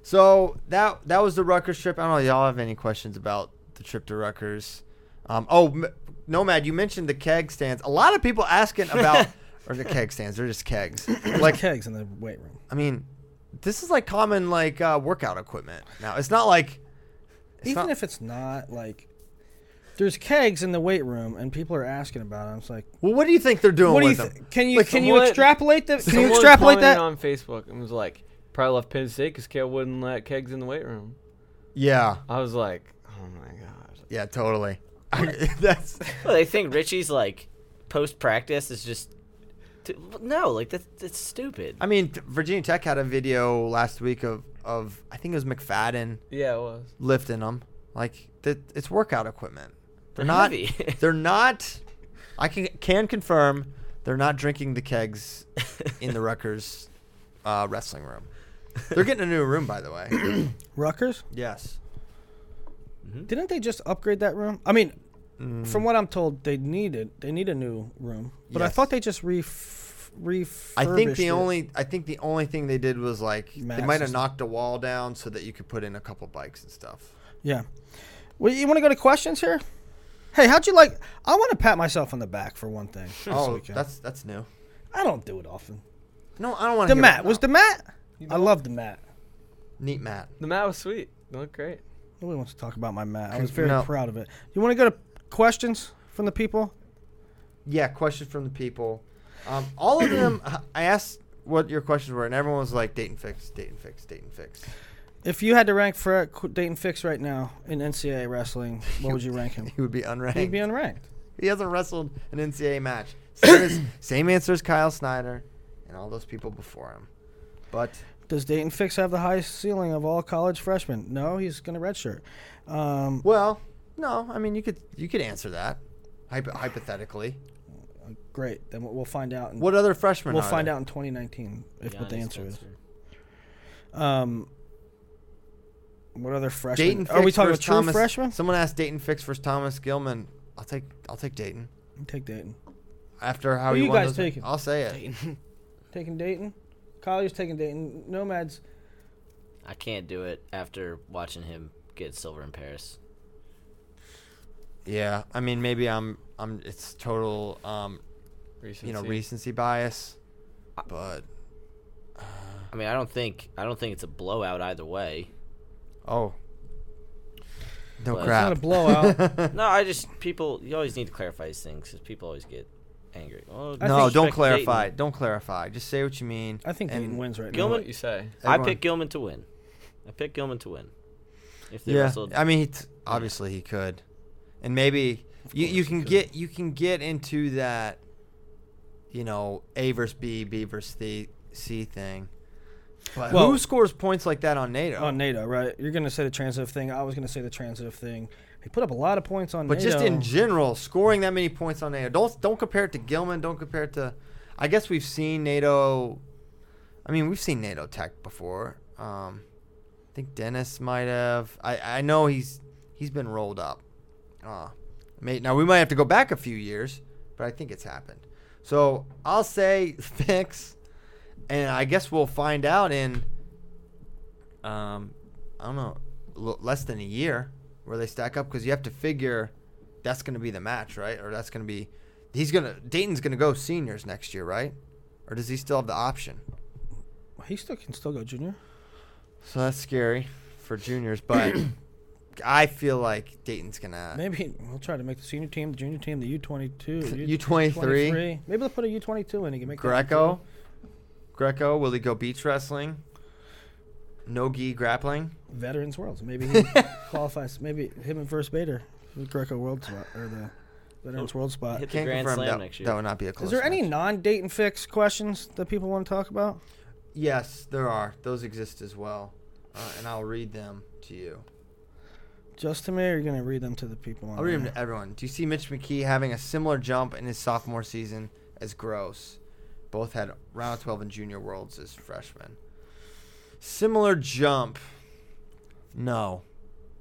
So that that was the Rutgers trip. I don't know. Y'all have any questions about the trip to Rutgers? Um, oh, M- Nomad, you mentioned the keg stands. A lot of people asking about or the keg stands. They're just kegs.
Like
Like
kegs in the weight room.
I mean, this is like common like uh, workout equipment. Now it's not like it's
Even
not-
if it's not like, there's kegs in the weight room, and people are asking about it. I'm just like,
well, what do you think they're doing
what do you
with
th-
them?
can you
Like,
can you
someone-
extrapolate that? Can you
Someone
extrapolate
commented
that?
on Facebook and was like, probably left Penn State because Kale wouldn't let kegs in the weight room.
yeah,
I was like, oh my god.
yeah, totally. that's
Well, they think Richie's like post practice is just t- no, like that's that's stupid.
I mean, t- Virginia Tech had a video last week of of I think it was McFadden
Yeah, it was.
lifting them. Like th- it's workout equipment. They're
They're
not.
heavy.
they're not. I can can confirm they're not drinking the kegs in the Rutgers uh, wrestling room. They're getting a new room, by the way.
Rutgers?
yes.
Didn't they just upgrade that room? I mean,
Mm.
from what I'm told, they needed they need a new room, but I
Yes.
thought they just ref refurbished.
I think the
it.
only I think the only thing they did was like they
Mats
might have
and-
knocked a wall down so that you could put in a couple bikes and stuff.
Yeah. Well, you want to go to questions here? Hey, how'd you like? I want to pat myself on the back for one thing. this
oh,
weekend.
that's that's new.
I don't do it often.
No, I don't want
The
to.
mat was the mat. I love the mat.
neat mat.
The mat was sweet. It looked great.
Nobody wants to talk about my mat. I
Con-
was very
no.
proud of it. You want to go to questions from the people?
Yeah, question from the people. Um, all of them. I asked what your questions were, and everyone was like, "Date and fix, date and fix, date and fix."
If you had to rank for Dayton Fix right now in NCAA wrestling, what would you rank him?
He would be unranked.
He'd be unranked.
he hasn't wrestled an NCAA match. Same, as, same answer as Kyle Snyder and all those people before him. But
Does Dayton Fix have the highest ceiling of all college freshmen? No, he's going to redshirt. Um,
well, no, I mean you could you could answer that hypo- hypothetically.
great. Then we'll- we'll find out. In,
What other freshmen?
we'll
are
find
there?
out in 2019 if what the
Giannis
answer is.
Spencer.
Um, what other freshmen?
Dayton.
Are we
Fix
talking about
versus
true
Thomas,
freshmen?
Someone asked Dayton Fix versus Thomas Gilman. I'll take I'll take Dayton
Take Dayton.
after how
Who
he
you
won
guys
those-
taking?
I'll say it.
Taking Dayton. Collier's taking Dayton. Nomads.
I can't do it after watching him get silver in Paris.
Yeah, I mean maybe I'm I'm it's total um
Recency.
you know recency bias, but
I mean, I don't think I don't think it's a blowout either way.
oh no
Well, it's
crap.
Not a blowout.
No, I just people. You always need to clarify these things because people always get angry. Well,
I
no,
think-
don't
respect
clarify.
Dayton.
Don't clarify. Just say what you mean.
I think
and
Dayton wins right
You
now.
know
Gilman-
what you say.
I
everyone-
pick Gilman to win. I pick Gilman to win. If they
Yeah,
wrestled,
I mean, he t- obviously he could, and maybe you, you can get you can get into that, you know, A versus B, B versus the C thing. But
Well-
who scores points like that on NATO?
On NATO, right? You're going to say the transitive thing. I was going to say the transitive thing. He put up a lot of points on
but
NATO.
just in general, scoring that many points on NATO. Don't don't compare it to Gilman. Don't compare it to. I guess we've seen NATO. I mean, we've seen NATO Tech before. Um, I think Dennis might have. I, I know he's he's been rolled up. Uh, may, now we might have to go back a few years, but I think it's happened. So I'll say fix, and I guess we'll find out in. Um, I don't know, l- less than a year where they stack up because you have to figure that's going to be the match, right? Or that's going to be he's going to Dayton's going to go seniors next year, right? Or does he still have the option?
he still can still go junior.
So that's scary for juniors, but I feel like Dayton's going to
Uh, Maybe we'll try to make the senior team, the junior team, the U22,
U23.
Maybe they'll put a U22 in. He can make that
Greco. Greco, will he go beach wrestling? No gi grappling?
U22. Veterans Worlds. Maybe he qualifies. Maybe him and First Bader, the Greco World spot or the Veterans World spot.
hit the Grand Slam
that,
next year.
that would not be a close.
Is there any
match.
non-Dayton fix questions that people want to talk about?
Yes, there are. Those exist as well, uh, and I'll read them to you.
Just to me, or you're gonna read them to the people.
I'll read them to everyone. Do you see Mitch McKee having a similar jump in his sophomore season as Gross? Both had round of 12 and junior worlds as freshmen. Similar jump? No.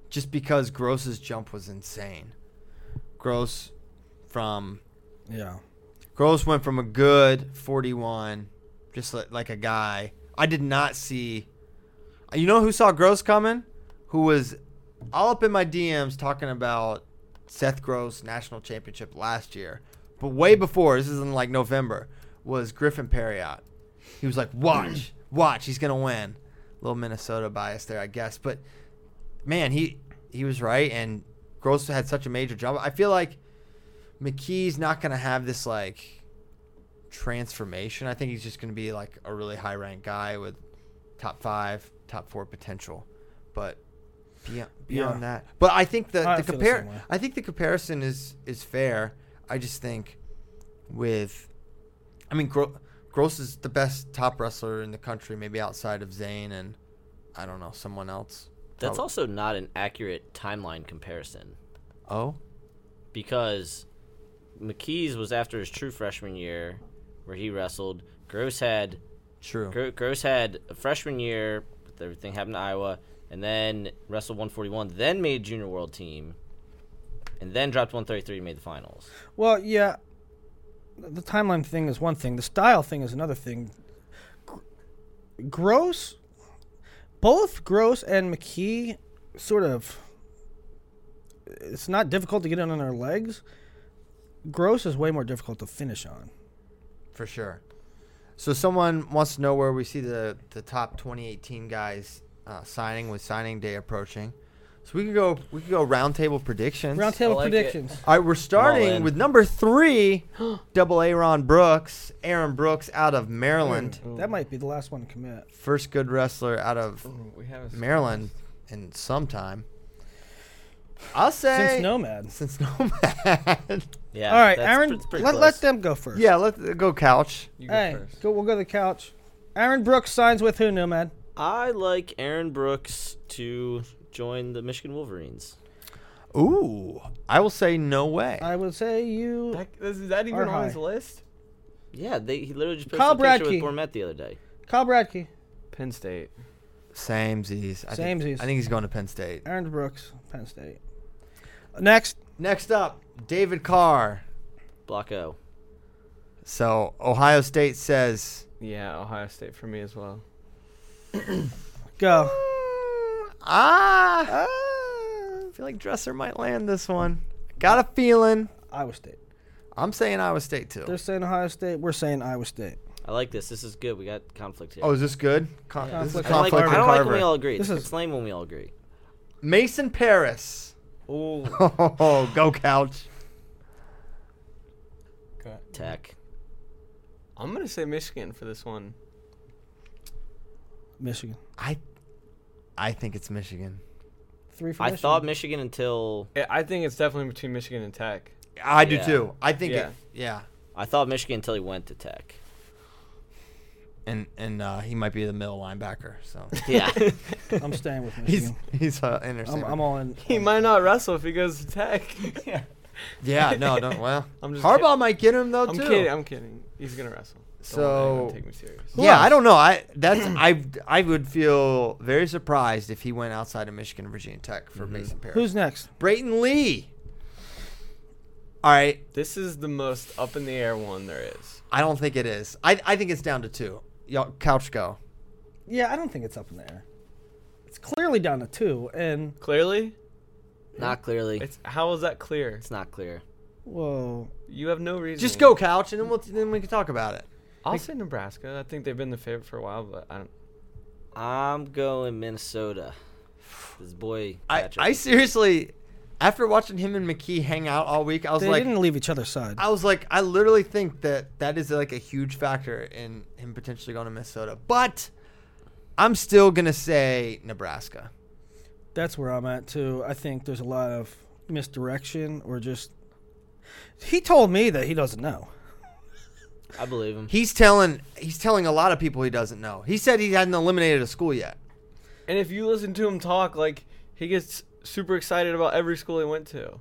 Just because Gross's jump was insane. Gross from
Yeah.
Gross went from a good 41, just like, like a guy. I did not see. You know who saw Gross coming? Who was all up in my DMs talking about Seth Gross national championship last year, but way before this is in like November was Griffin Perriott. He was like, "Watch, watch, he's gonna win." little Minnesota bias there, I guess, but man, he he was right, and Gross had such a major job. I feel like McKee's not going to have this like transformation. I think he's just going to be like a really high ranked guy with top five, top four potential. But beyond, beyond that, but I think the,
I
the
feel the same way.
compare. I think the comparison is is fair. I just think with, I mean, Gro- Gross is the best top wrestler in the country, maybe outside of Zane and I don't know someone else.
That's
Prob-
also not an accurate timeline comparison
Oh,
because McKees was after his true freshman year, where he wrestled. Gross had
true.
Gro- Gross had a freshman year with everything happened to Iowa, and then wrestled 141, then made junior world team, and then dropped 133 and made the finals.
Well, yeah. the timeline thing is one thing. The style thing is another thing. Gr- Gross, both Gross and McKee, sort of. It's not difficult to get in on their legs. Gross is way more difficult to finish on.
for sure. So someone wants to know where we see the the top 2018 guys uh, signing with signing day approaching. So we could go we could go roundtable predictions.
Roundtable
like it.
predictions.
All right, we're
All
starting
in.
with number three, double Aaron Brooks, Aaron Brooks out of Maryland,
Mm.
That might be the last one to commit.
first good wrestler out of
We have a
Maryland in some time. I'll say
Since Nomad.
Since Nomad.
Yeah.
All right,
that's
Aaron,
pre- it's pretty
let,
close.
let them go first.
yeah, let's go couch.
You go
Hey,
first.
go, we'll go to the couch. Aaron Brooks signs with who, Nomad?
I like Aaron Brooks to join the Michigan Wolverines.
Ooh, I will say no way.
I would say you.
That, is is that even
Or
on his
high.
list?
Yeah, they, he literally just posted
Kyle
a picture
Bradke.
with Bourmet the other day.
Kyle Bradke,
Penn State.
Samesies. I think-
Samesies.
I think he's going to Penn State.
Aaron Brooks, Penn State. Next,
Next up, David Carr.
Block O.
So Ohio State says,
Yeah, Ohio State for me as well.
go.
Mm, ah, I feel like Dresser might land this one. Got a feeling.
Iowa State.
I'm saying Iowa State too.
They're saying Ohio State. We're saying Iowa State.
I like this. This is good. We got conflict here.
oh, is this good? Con- This is
Conflict.
I don't like,
conflict
I don't
with
like when
Carver.
we all agree.
This
This
is-
is lame when we all agree.
Mason Paris.
Oh,
Oh, go couch.
Tech.
I'm gonna say Michigan for this one.
Michigan.
I, I think it's Michigan.
Three for
I
Michigan.
thought Michigan until
I- I think it's definitely between Michigan and Tech.
I do
Yeah.
too. I think
Yeah.
it. Yeah.
I thought Michigan until he went to Tech.
And and uh, he might be the middle linebacker. So
Yeah.
I'm staying with
he's
Michigan.
he's uh, interesting.
I'm, I'm all in.
He might not wrestle if he goes to Tech.
Yeah, no, don't. Well,
I'm just
Harbaugh
kidding.
might get him though
I'm
too.
kidding. I'm kidding. He's gonna wrestle. Don't let anyone
So-
take me serious.
yeah, I don't know. I that's I I would feel very surprised if he went outside of Michigan, or Virginia Tech for Mason Paris.
Mm-hmm. Who's next?
Brayton Lee? All right,
This is the most up in the air one there is.
I don't think it is. I I think it's down to two. Y'all, couch go.
Yeah, I don't think it's up in the air. It's clearly down to two, and
Clearly,
not clearly. It's,
it's how is that clear?
not clear.
whoa,
You have no reason.
Just go couch, and then we'll then we can talk about it.
I'll say Nebraska. I think they've been the favorite for a while, but I don't.
I'm going Minnesota. This boy.
I
Patrick.
I seriously, after watching him and McKee hang out all week, I was
they
like,
didn't leave each other's side.
I was like, I literally think that that is like a huge factor in him potentially going to Minnesota. But I'm still gonna say Nebraska.
That's where I'm at too. I think there's a lot of misdirection or just. He told me that he doesn't know.
I believe him.
He's telling he's telling a lot of people he doesn't know. He said he hadn't eliminated a school yet.
And if you listen to him talk, like he gets super excited about every school he went to.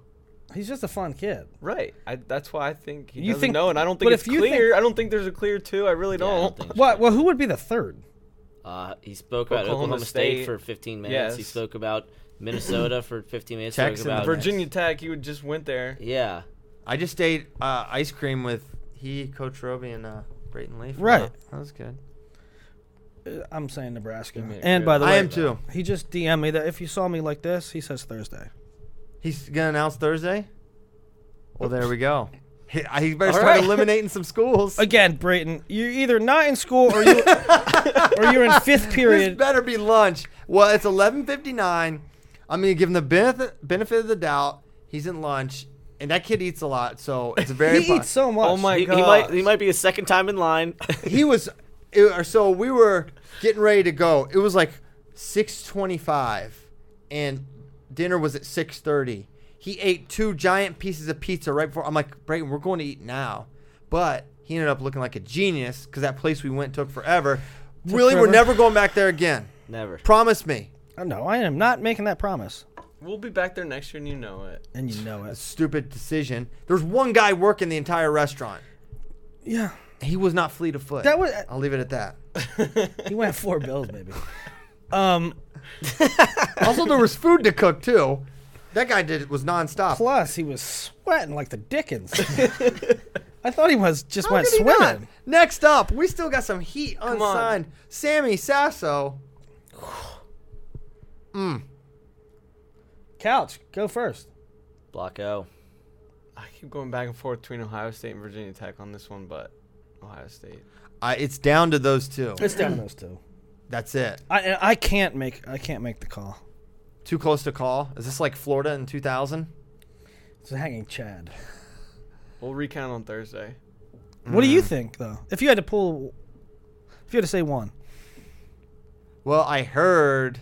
He's just a fun kid.
Right. I, that's why I think he
You
doesn't
think-
know, and I don't think
but
it's
if you
clear.
think-
I don't think there's a clear two. I really
Yeah, I
don't.
don't think-
What? Well, who would be the third?
Uh, he spoke about
Oklahoma
Oklahoma, State.
State.
for 15 minutes. He
Yes.
spoke about Minnesota for 15 minutes. He
Texans,
spoke about
Virginia Tech. You would just went there.
Yeah.
I just ate uh, ice cream with he, Coach Roby, and uh, Brayton Leaf.
Right.
that was good.
Uh, I'm saying Nebraska.
me a
And
good-
by the way,
I am too.
He just DM'd me that if you saw me like this, he says Thursday.
He's gonna announce Thursday. Well, there we go. He, I- he better
All
start
right.
eliminating some schools.
Again, Brayton, you're either not in school or you or you're in fifth
This
period.
better be lunch. Well, it's eleven fifty nine. I'm gonna give him the benefit benefit of the doubt. He's in lunch, and that kid eats a lot, so it's very.
He
po-
eats so much.
Oh my
He, he
god.
might. He might be a second time in line.
He was, it- or so we were getting ready to go. It was like six twenty five, and dinner was at six thirty. He ate two giant pieces of pizza right before. I'm like, Brayton, we're going to eat now, but he ended up looking like a genius because that place we went took forever. really, we're
forever.
never going back there again.
Never.
Promise me.
Oh, No, I am not making that promise,
We'll be back there next year, and you know it.
and you know it.
stupid decision. There's one guy working the entire restaurant.
Yeah,
He was not fleet of foot.
That was-
I'll leave it at that.
he went four bills, baby. Um,
also, there was food to cook too. That guy did was nonstop.
plus he was sweating like the dickens. I thought he was just
How
went
did he not?
swimming.
Next up, we still got some heat
Come on.
unsigned. Sammy Sasso.
Couch, go first.
Block O.
I keep going back and forth between Ohio State and Virginia Tech on this one, but Ohio State.
I it's down to those two.
It's down to those two.
That's it.
I and I can't make I can't make the call.
Too close to call. Is this like Florida in 2000?
It's a hanging Chad.
We'll recount on Thursday.
What do you think though? If you had to pull, if you had to say one,
Well, I heard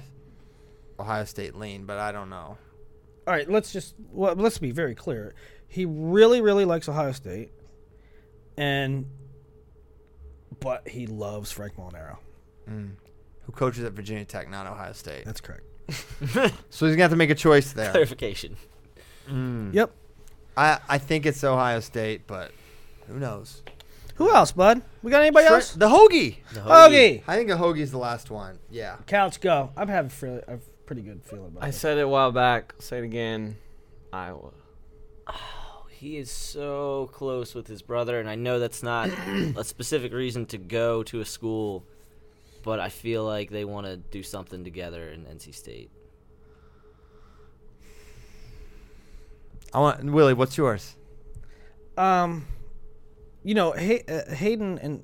Ohio State lean, but I don't know.
all right. Let's just well, let's be very clear. He really really likes Ohio State, and but he loves Frank Molinaro.
Who coaches at Virginia Tech, not Ohio State?
That's correct.
So he's gonna have to make a choice there.
Clarification.
Yep.
I, I think it's Ohio State, but who knows?
Who else, bud? We got anybody
Tre-
else?
The hoagie.
Hoagie.
I think a hoagie's the last one. Yeah.
Couch, go. I'm having fre- a pretty good feeling about
I
this.
said it a while back. I'll say it again. Iowa.
He is so close with his brother, and I know that's not a specific reason to go to a school, but I feel like they want to do something together in NC State.
I want Willie. What's yours?
Um, you know, Hay- uh, Hayden and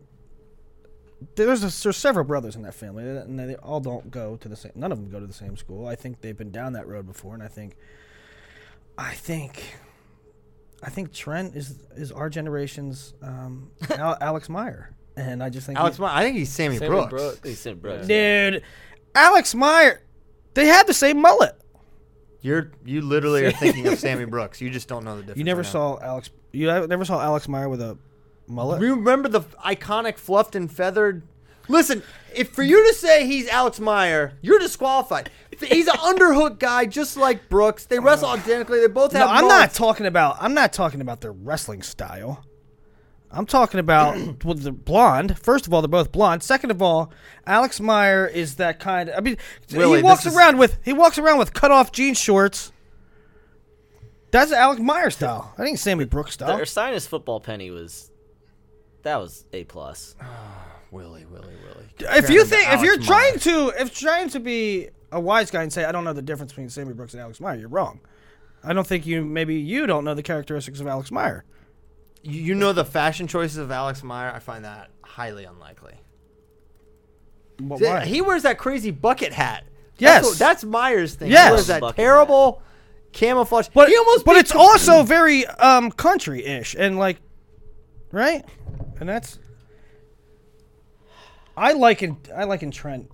there's a, there's several brothers in that family, and they all don't go to the same. None of them go to the same school. I think they've been down that road before, and I think, I think, I think Trent is is our generation's um, Al- Alex Meyer, and I just think
Alex.
he-
Meyer. I think he's Sammy,
Sammy
Brooks.
Brooks.
They sent Brooks.
dude, Alex Meyer, they had the same mullet.
You're you literally are thinking of Sammy Brooks. You just don't know the difference.
You never
right now.
saw Alex. You never saw Alex Meyer with a mullet.
You remember the iconic fluffed and feathered? Listen, if for you to say he's Alex Meyer, you're disqualified. He's an underhook guy, just like Brooks. They wrestle identically. They both
Uh, No,
have.
I'm not
mullets.
talking about. I'm not talking about their wrestling style. I'm talking about well, the blonde. First of all, they're both blonde. Second of all, Alex Meyer is that kind. Of, I mean,
Willie,
he walks
this is-
around with he walks around with cut off jean shorts. That's Alex Meyer style. I think Sammy Brooks
The
style.
Ursinus football penny was that was a plus.
Willie, Willie, Willie.
if
comparing him
you
to
think if
Alex
you're
Meyer.
trying to if trying to be a wise guy and say I don't know the difference between Sammy Brooks and Alex Meyer, you're wrong. I don't think you maybe you don't know the characteristics of Alex Meyer.
you, you know the fashion choices of Alex Meyer, I find that highly unlikely.
But
Th-
why?
He wears that crazy bucket hat.
Yes.
that's, what- that's Meyer's thing.
Yes.
he wears that
Bucket
terrible camouflage.
But
he almost
but it's also very um country-ish and like right? And that's I liken I liken Trent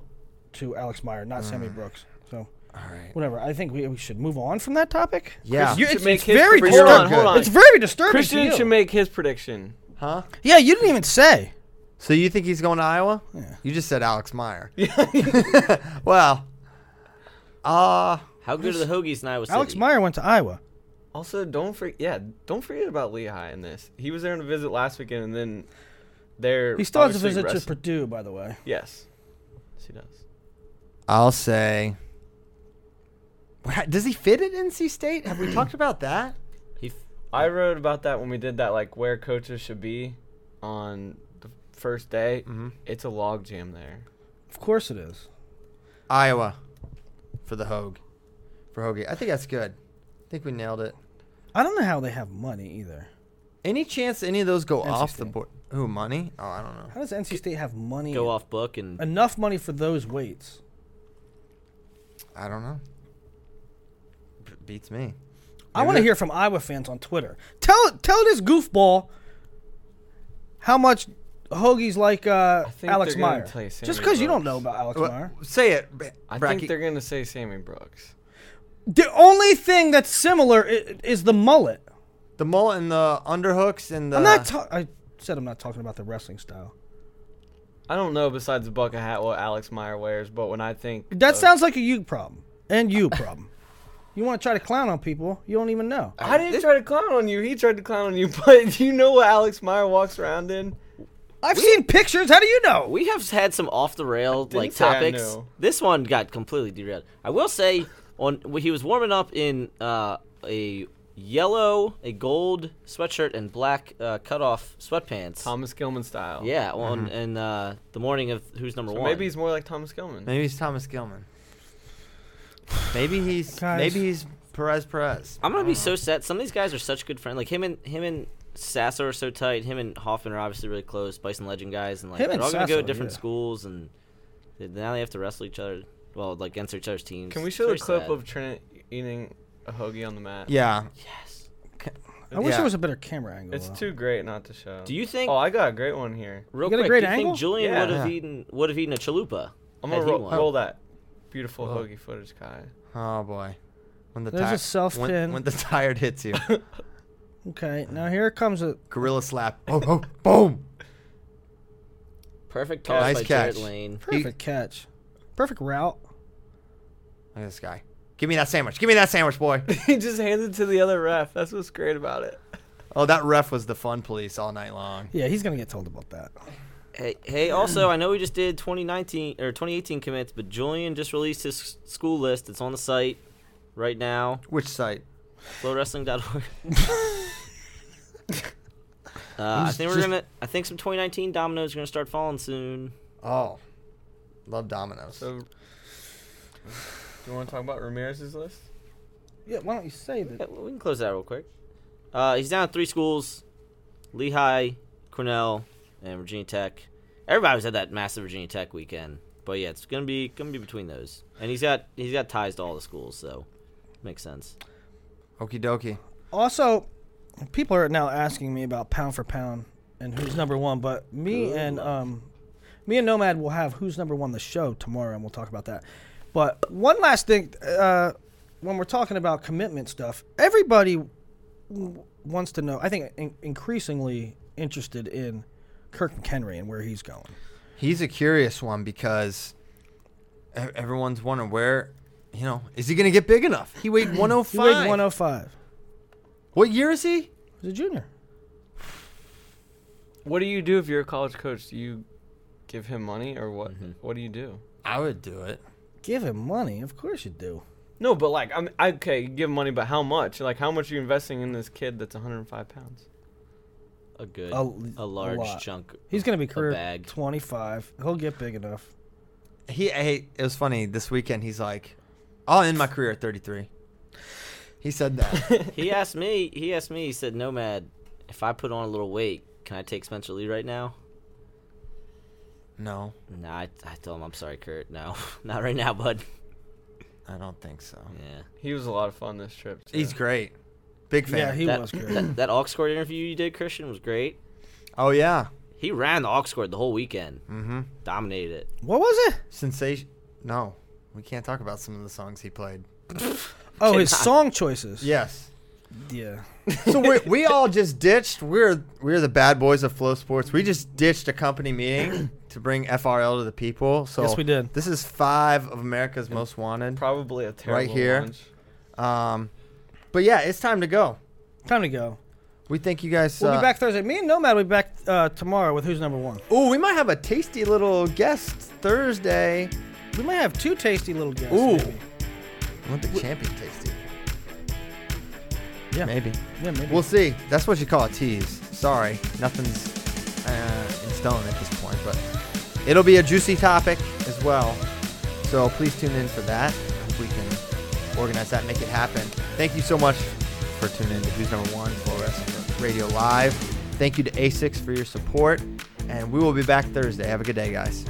to Alex Meyer, not Sammy Brooks. So
all right.
whatever. I think we, we should move on from that topic.
Yeah.
You-
should
it's,
make
it's
his
very
prediction.
disturbing.
Hold on, hold
on.
It's very disturbing. to
Christian
you.
should make his prediction.
Huh?
Yeah, you didn't even say.
So you think he's going to Iowa?
Yeah.
You just said Alex Meyer. well, uh
How good are the Hoagies in Iowa City?
Alex Meyer went to Iowa.
Also, don't forget. Yeah, don't forget about Lehigh in this. He was there on a visit last weekend, and then there.
He still has a
obviously
visit to
rest-
Purdue, by the way.
yes, yes, he does.
I'll say. Wha- Does he fit at NC State? Have we talked about that?
He f-
I wrote about that when we did that, like where coaches should be on the first day.
Mm-hmm.
It's a logjam there.
Of course it is.
Iowa for the Hogue. For Hoagie. I think that's good. I think we nailed it.
I don't know how they have money either.
Any chance any of those go off the
State.
board? Ooh, money? Oh, I don't know.
How does NC State have money?
go off book and
Enough money for those weights.
I don't know. B- beats me.
I want to hear from Iowa fans on Twitter. Tell tell this goofball how much Hoagie's like uh,
I think
Alex
they're gonna
Meyer.
play Sammy
Just because you don't
Brooks.
know about Alex
Well,
Meyer.
say it. Br-
I
Bracky.
think they're gonna say Sammy Brooks.
The only thing that's similar is, is the mullet.
the mullet and the underhooks and the.
I'm not.
Uh.
Ta- I said I'm not talking about the wrestling style.
I don't know besides the bucket hat what Alex Meyer wears, but when I think
That
of-
sounds like a you problem and you problem. You want to try to clown on people you don't even know.
I didn't try to clown on you. He tried to clown on you, but do you know what Alex Meyer walks around in?
I've seen pictures. How do you know?
we have had some off the rail like
say I
topics.
know.
This one got completely derailed. I will say on when he was warming up in uh, a yellow, a gold sweatshirt, and black uh, cutoff sweatpants.
Thomas Gilman style.
Yeah, on in uh, the morning of who's number
Mm-hmm. So
one.
maybe he's more like Thomas Gilman.
Maybe he's Thomas Gilman. Maybe he's
Guys.
maybe he's Perez Perez.
I'm gonna be
Uh-huh.
so sad. Some of these guys are such good friends. Like him and him and Sasser are so tight. Him and Hoffman are obviously really close. Bison Legend guys, and like
Him
they're
and
all gonna go
Sasser,
to different
yeah.
schools, and they- now they have to wrestle each other. Well, like against each other's teams.
Can we
It's
show a
very
clip
sad.
of Trent eating a hoagie on the mat?
Yeah.
Yes.
I wish
Yeah.
there was a better camera angle.
It's
though.
too great not to show.
Do you think-
Oh, I got a great one here.
Real
got a
quick,
great
do you
angle?
think Julian
Yeah.
would have
Yeah.
eaten would have eaten a chalupa?
I'm
had
gonna
he
roll,
won?
oh,
roll that beautiful
Whoa.
hoagie footage, Kai.
Oh boy. When the
There's a
tire-
self
when,
pin.
when the tired hits you.
Okay, now here comes a.
Gorilla slap. Oh, oh boom.
Perfect toss
Nice
by Jarrett
catch.
Lane.
Perfect catch. Perfect route.
Look at this guy. Give me that sandwich. Give me that sandwich, boy.
he just handed it to the other ref. That's what's great about it.
Oh, that ref was the fun police all night long.
Yeah, he's going to get told about that.
Hey, hey.
Mm.
Also, I know we just did 2019 or 2018 commits, but Julian just released his s- school list. It's on the site right now.
Which site?
flowwrestling.org. uh, I
just-
think we're
just-
gonna. I think some 2019 dominoes are gonna start falling soon.
Oh, love Domino's.
So, do you want to talk about Ramirez's list?
Yeah, why don't you say
Yeah,
that?
we can close that real quick. Uh, he's down at three schools: Lehigh, Cornell, and Virginia Tech. Everybody was at that massive Virginia Tech weekend, but yeah, it's gonna be gonna be between those. And he's got he's got ties to all the schools, so makes sense.
Okie dokie.
Also, people are now asking me about pound for pound and who's number one, but me and um, me and Nomad will have who's number one the show tomorrow, and we'll talk about that. But one last thing, uh, when we're talking about commitment stuff, everybody w- wants to know. I think in- increasingly interested in Kirk McHenry and where he's going.
He's a curious one because e- everyone's wondering where, you know, is he going to get big enough? He weighed
He
105.
weighed 105.
What year is he?
He's a junior.
What do you do if you're a college coach? Do you give him money or what? What do you do?
I would do it.
Give him money, of course you do.
No, but like, I'm I, okay. You give him money, but how much? Like, how much are you investing in this kid that's 105 pounds?
A good,
A
a,
l- a
large
lot.
chunk.
He's going to be
a
career
bag.
25. He'll get big enough.
He, hey, it was funny this weekend. He's like, I'll end my career at 33. He said that.
he asked me. He asked me. He said, "Nomad, if I put on a little weight, can I take Spencer Lee right now?"
no,
No, I, I told him I'm sorry, Kurt. No, not right now, bud.
I don't think so.
Yeah,
He was a lot of fun this trip. Too.
He's great. Big fan.
Yeah, he
that,
was good.
That, that aux cord interview you did, Christian, was great.
oh, yeah.
He ran the aux cord the whole weekend,
Mm-hmm.
dominated it.
What was it?
Sensation. No, we can't talk about some of the songs he played.
Oh, his
Cannot.
song choices.
Yes.
Yeah.
So we we all just ditched. We're we're the bad boys of Flow Sports. We just ditched a company meeting to bring FRL to the people. So
Yes, we did.
This is five of America's most wanted.
probably a terrible
here.
lunch.
Um, but yeah, it's time to go.
Time to go.
We thank you guys.
We'll
uh,
be back Thursday. Me and Nomad will be back uh, tomorrow with Who's Number One.
Ooh, we might have a tasty little guest Thursday.
We might have two tasty little guests.
Ooh.
Maybe.
Olympic champion tasty.
Yeah.
Maybe.
Yeah, maybe.
We'll see. That's what you call a tease. Sorry, nothing's uh, in stone at this point, but it'll be a juicy topic as well. So please tune in for that. I hope we can organize that, make it happen. Thank you so much for tuning in to Who's Number One Flow Wrestling Radio Live. Thank you to A6 for your support, and we will be back Thursday. Have a good day, guys.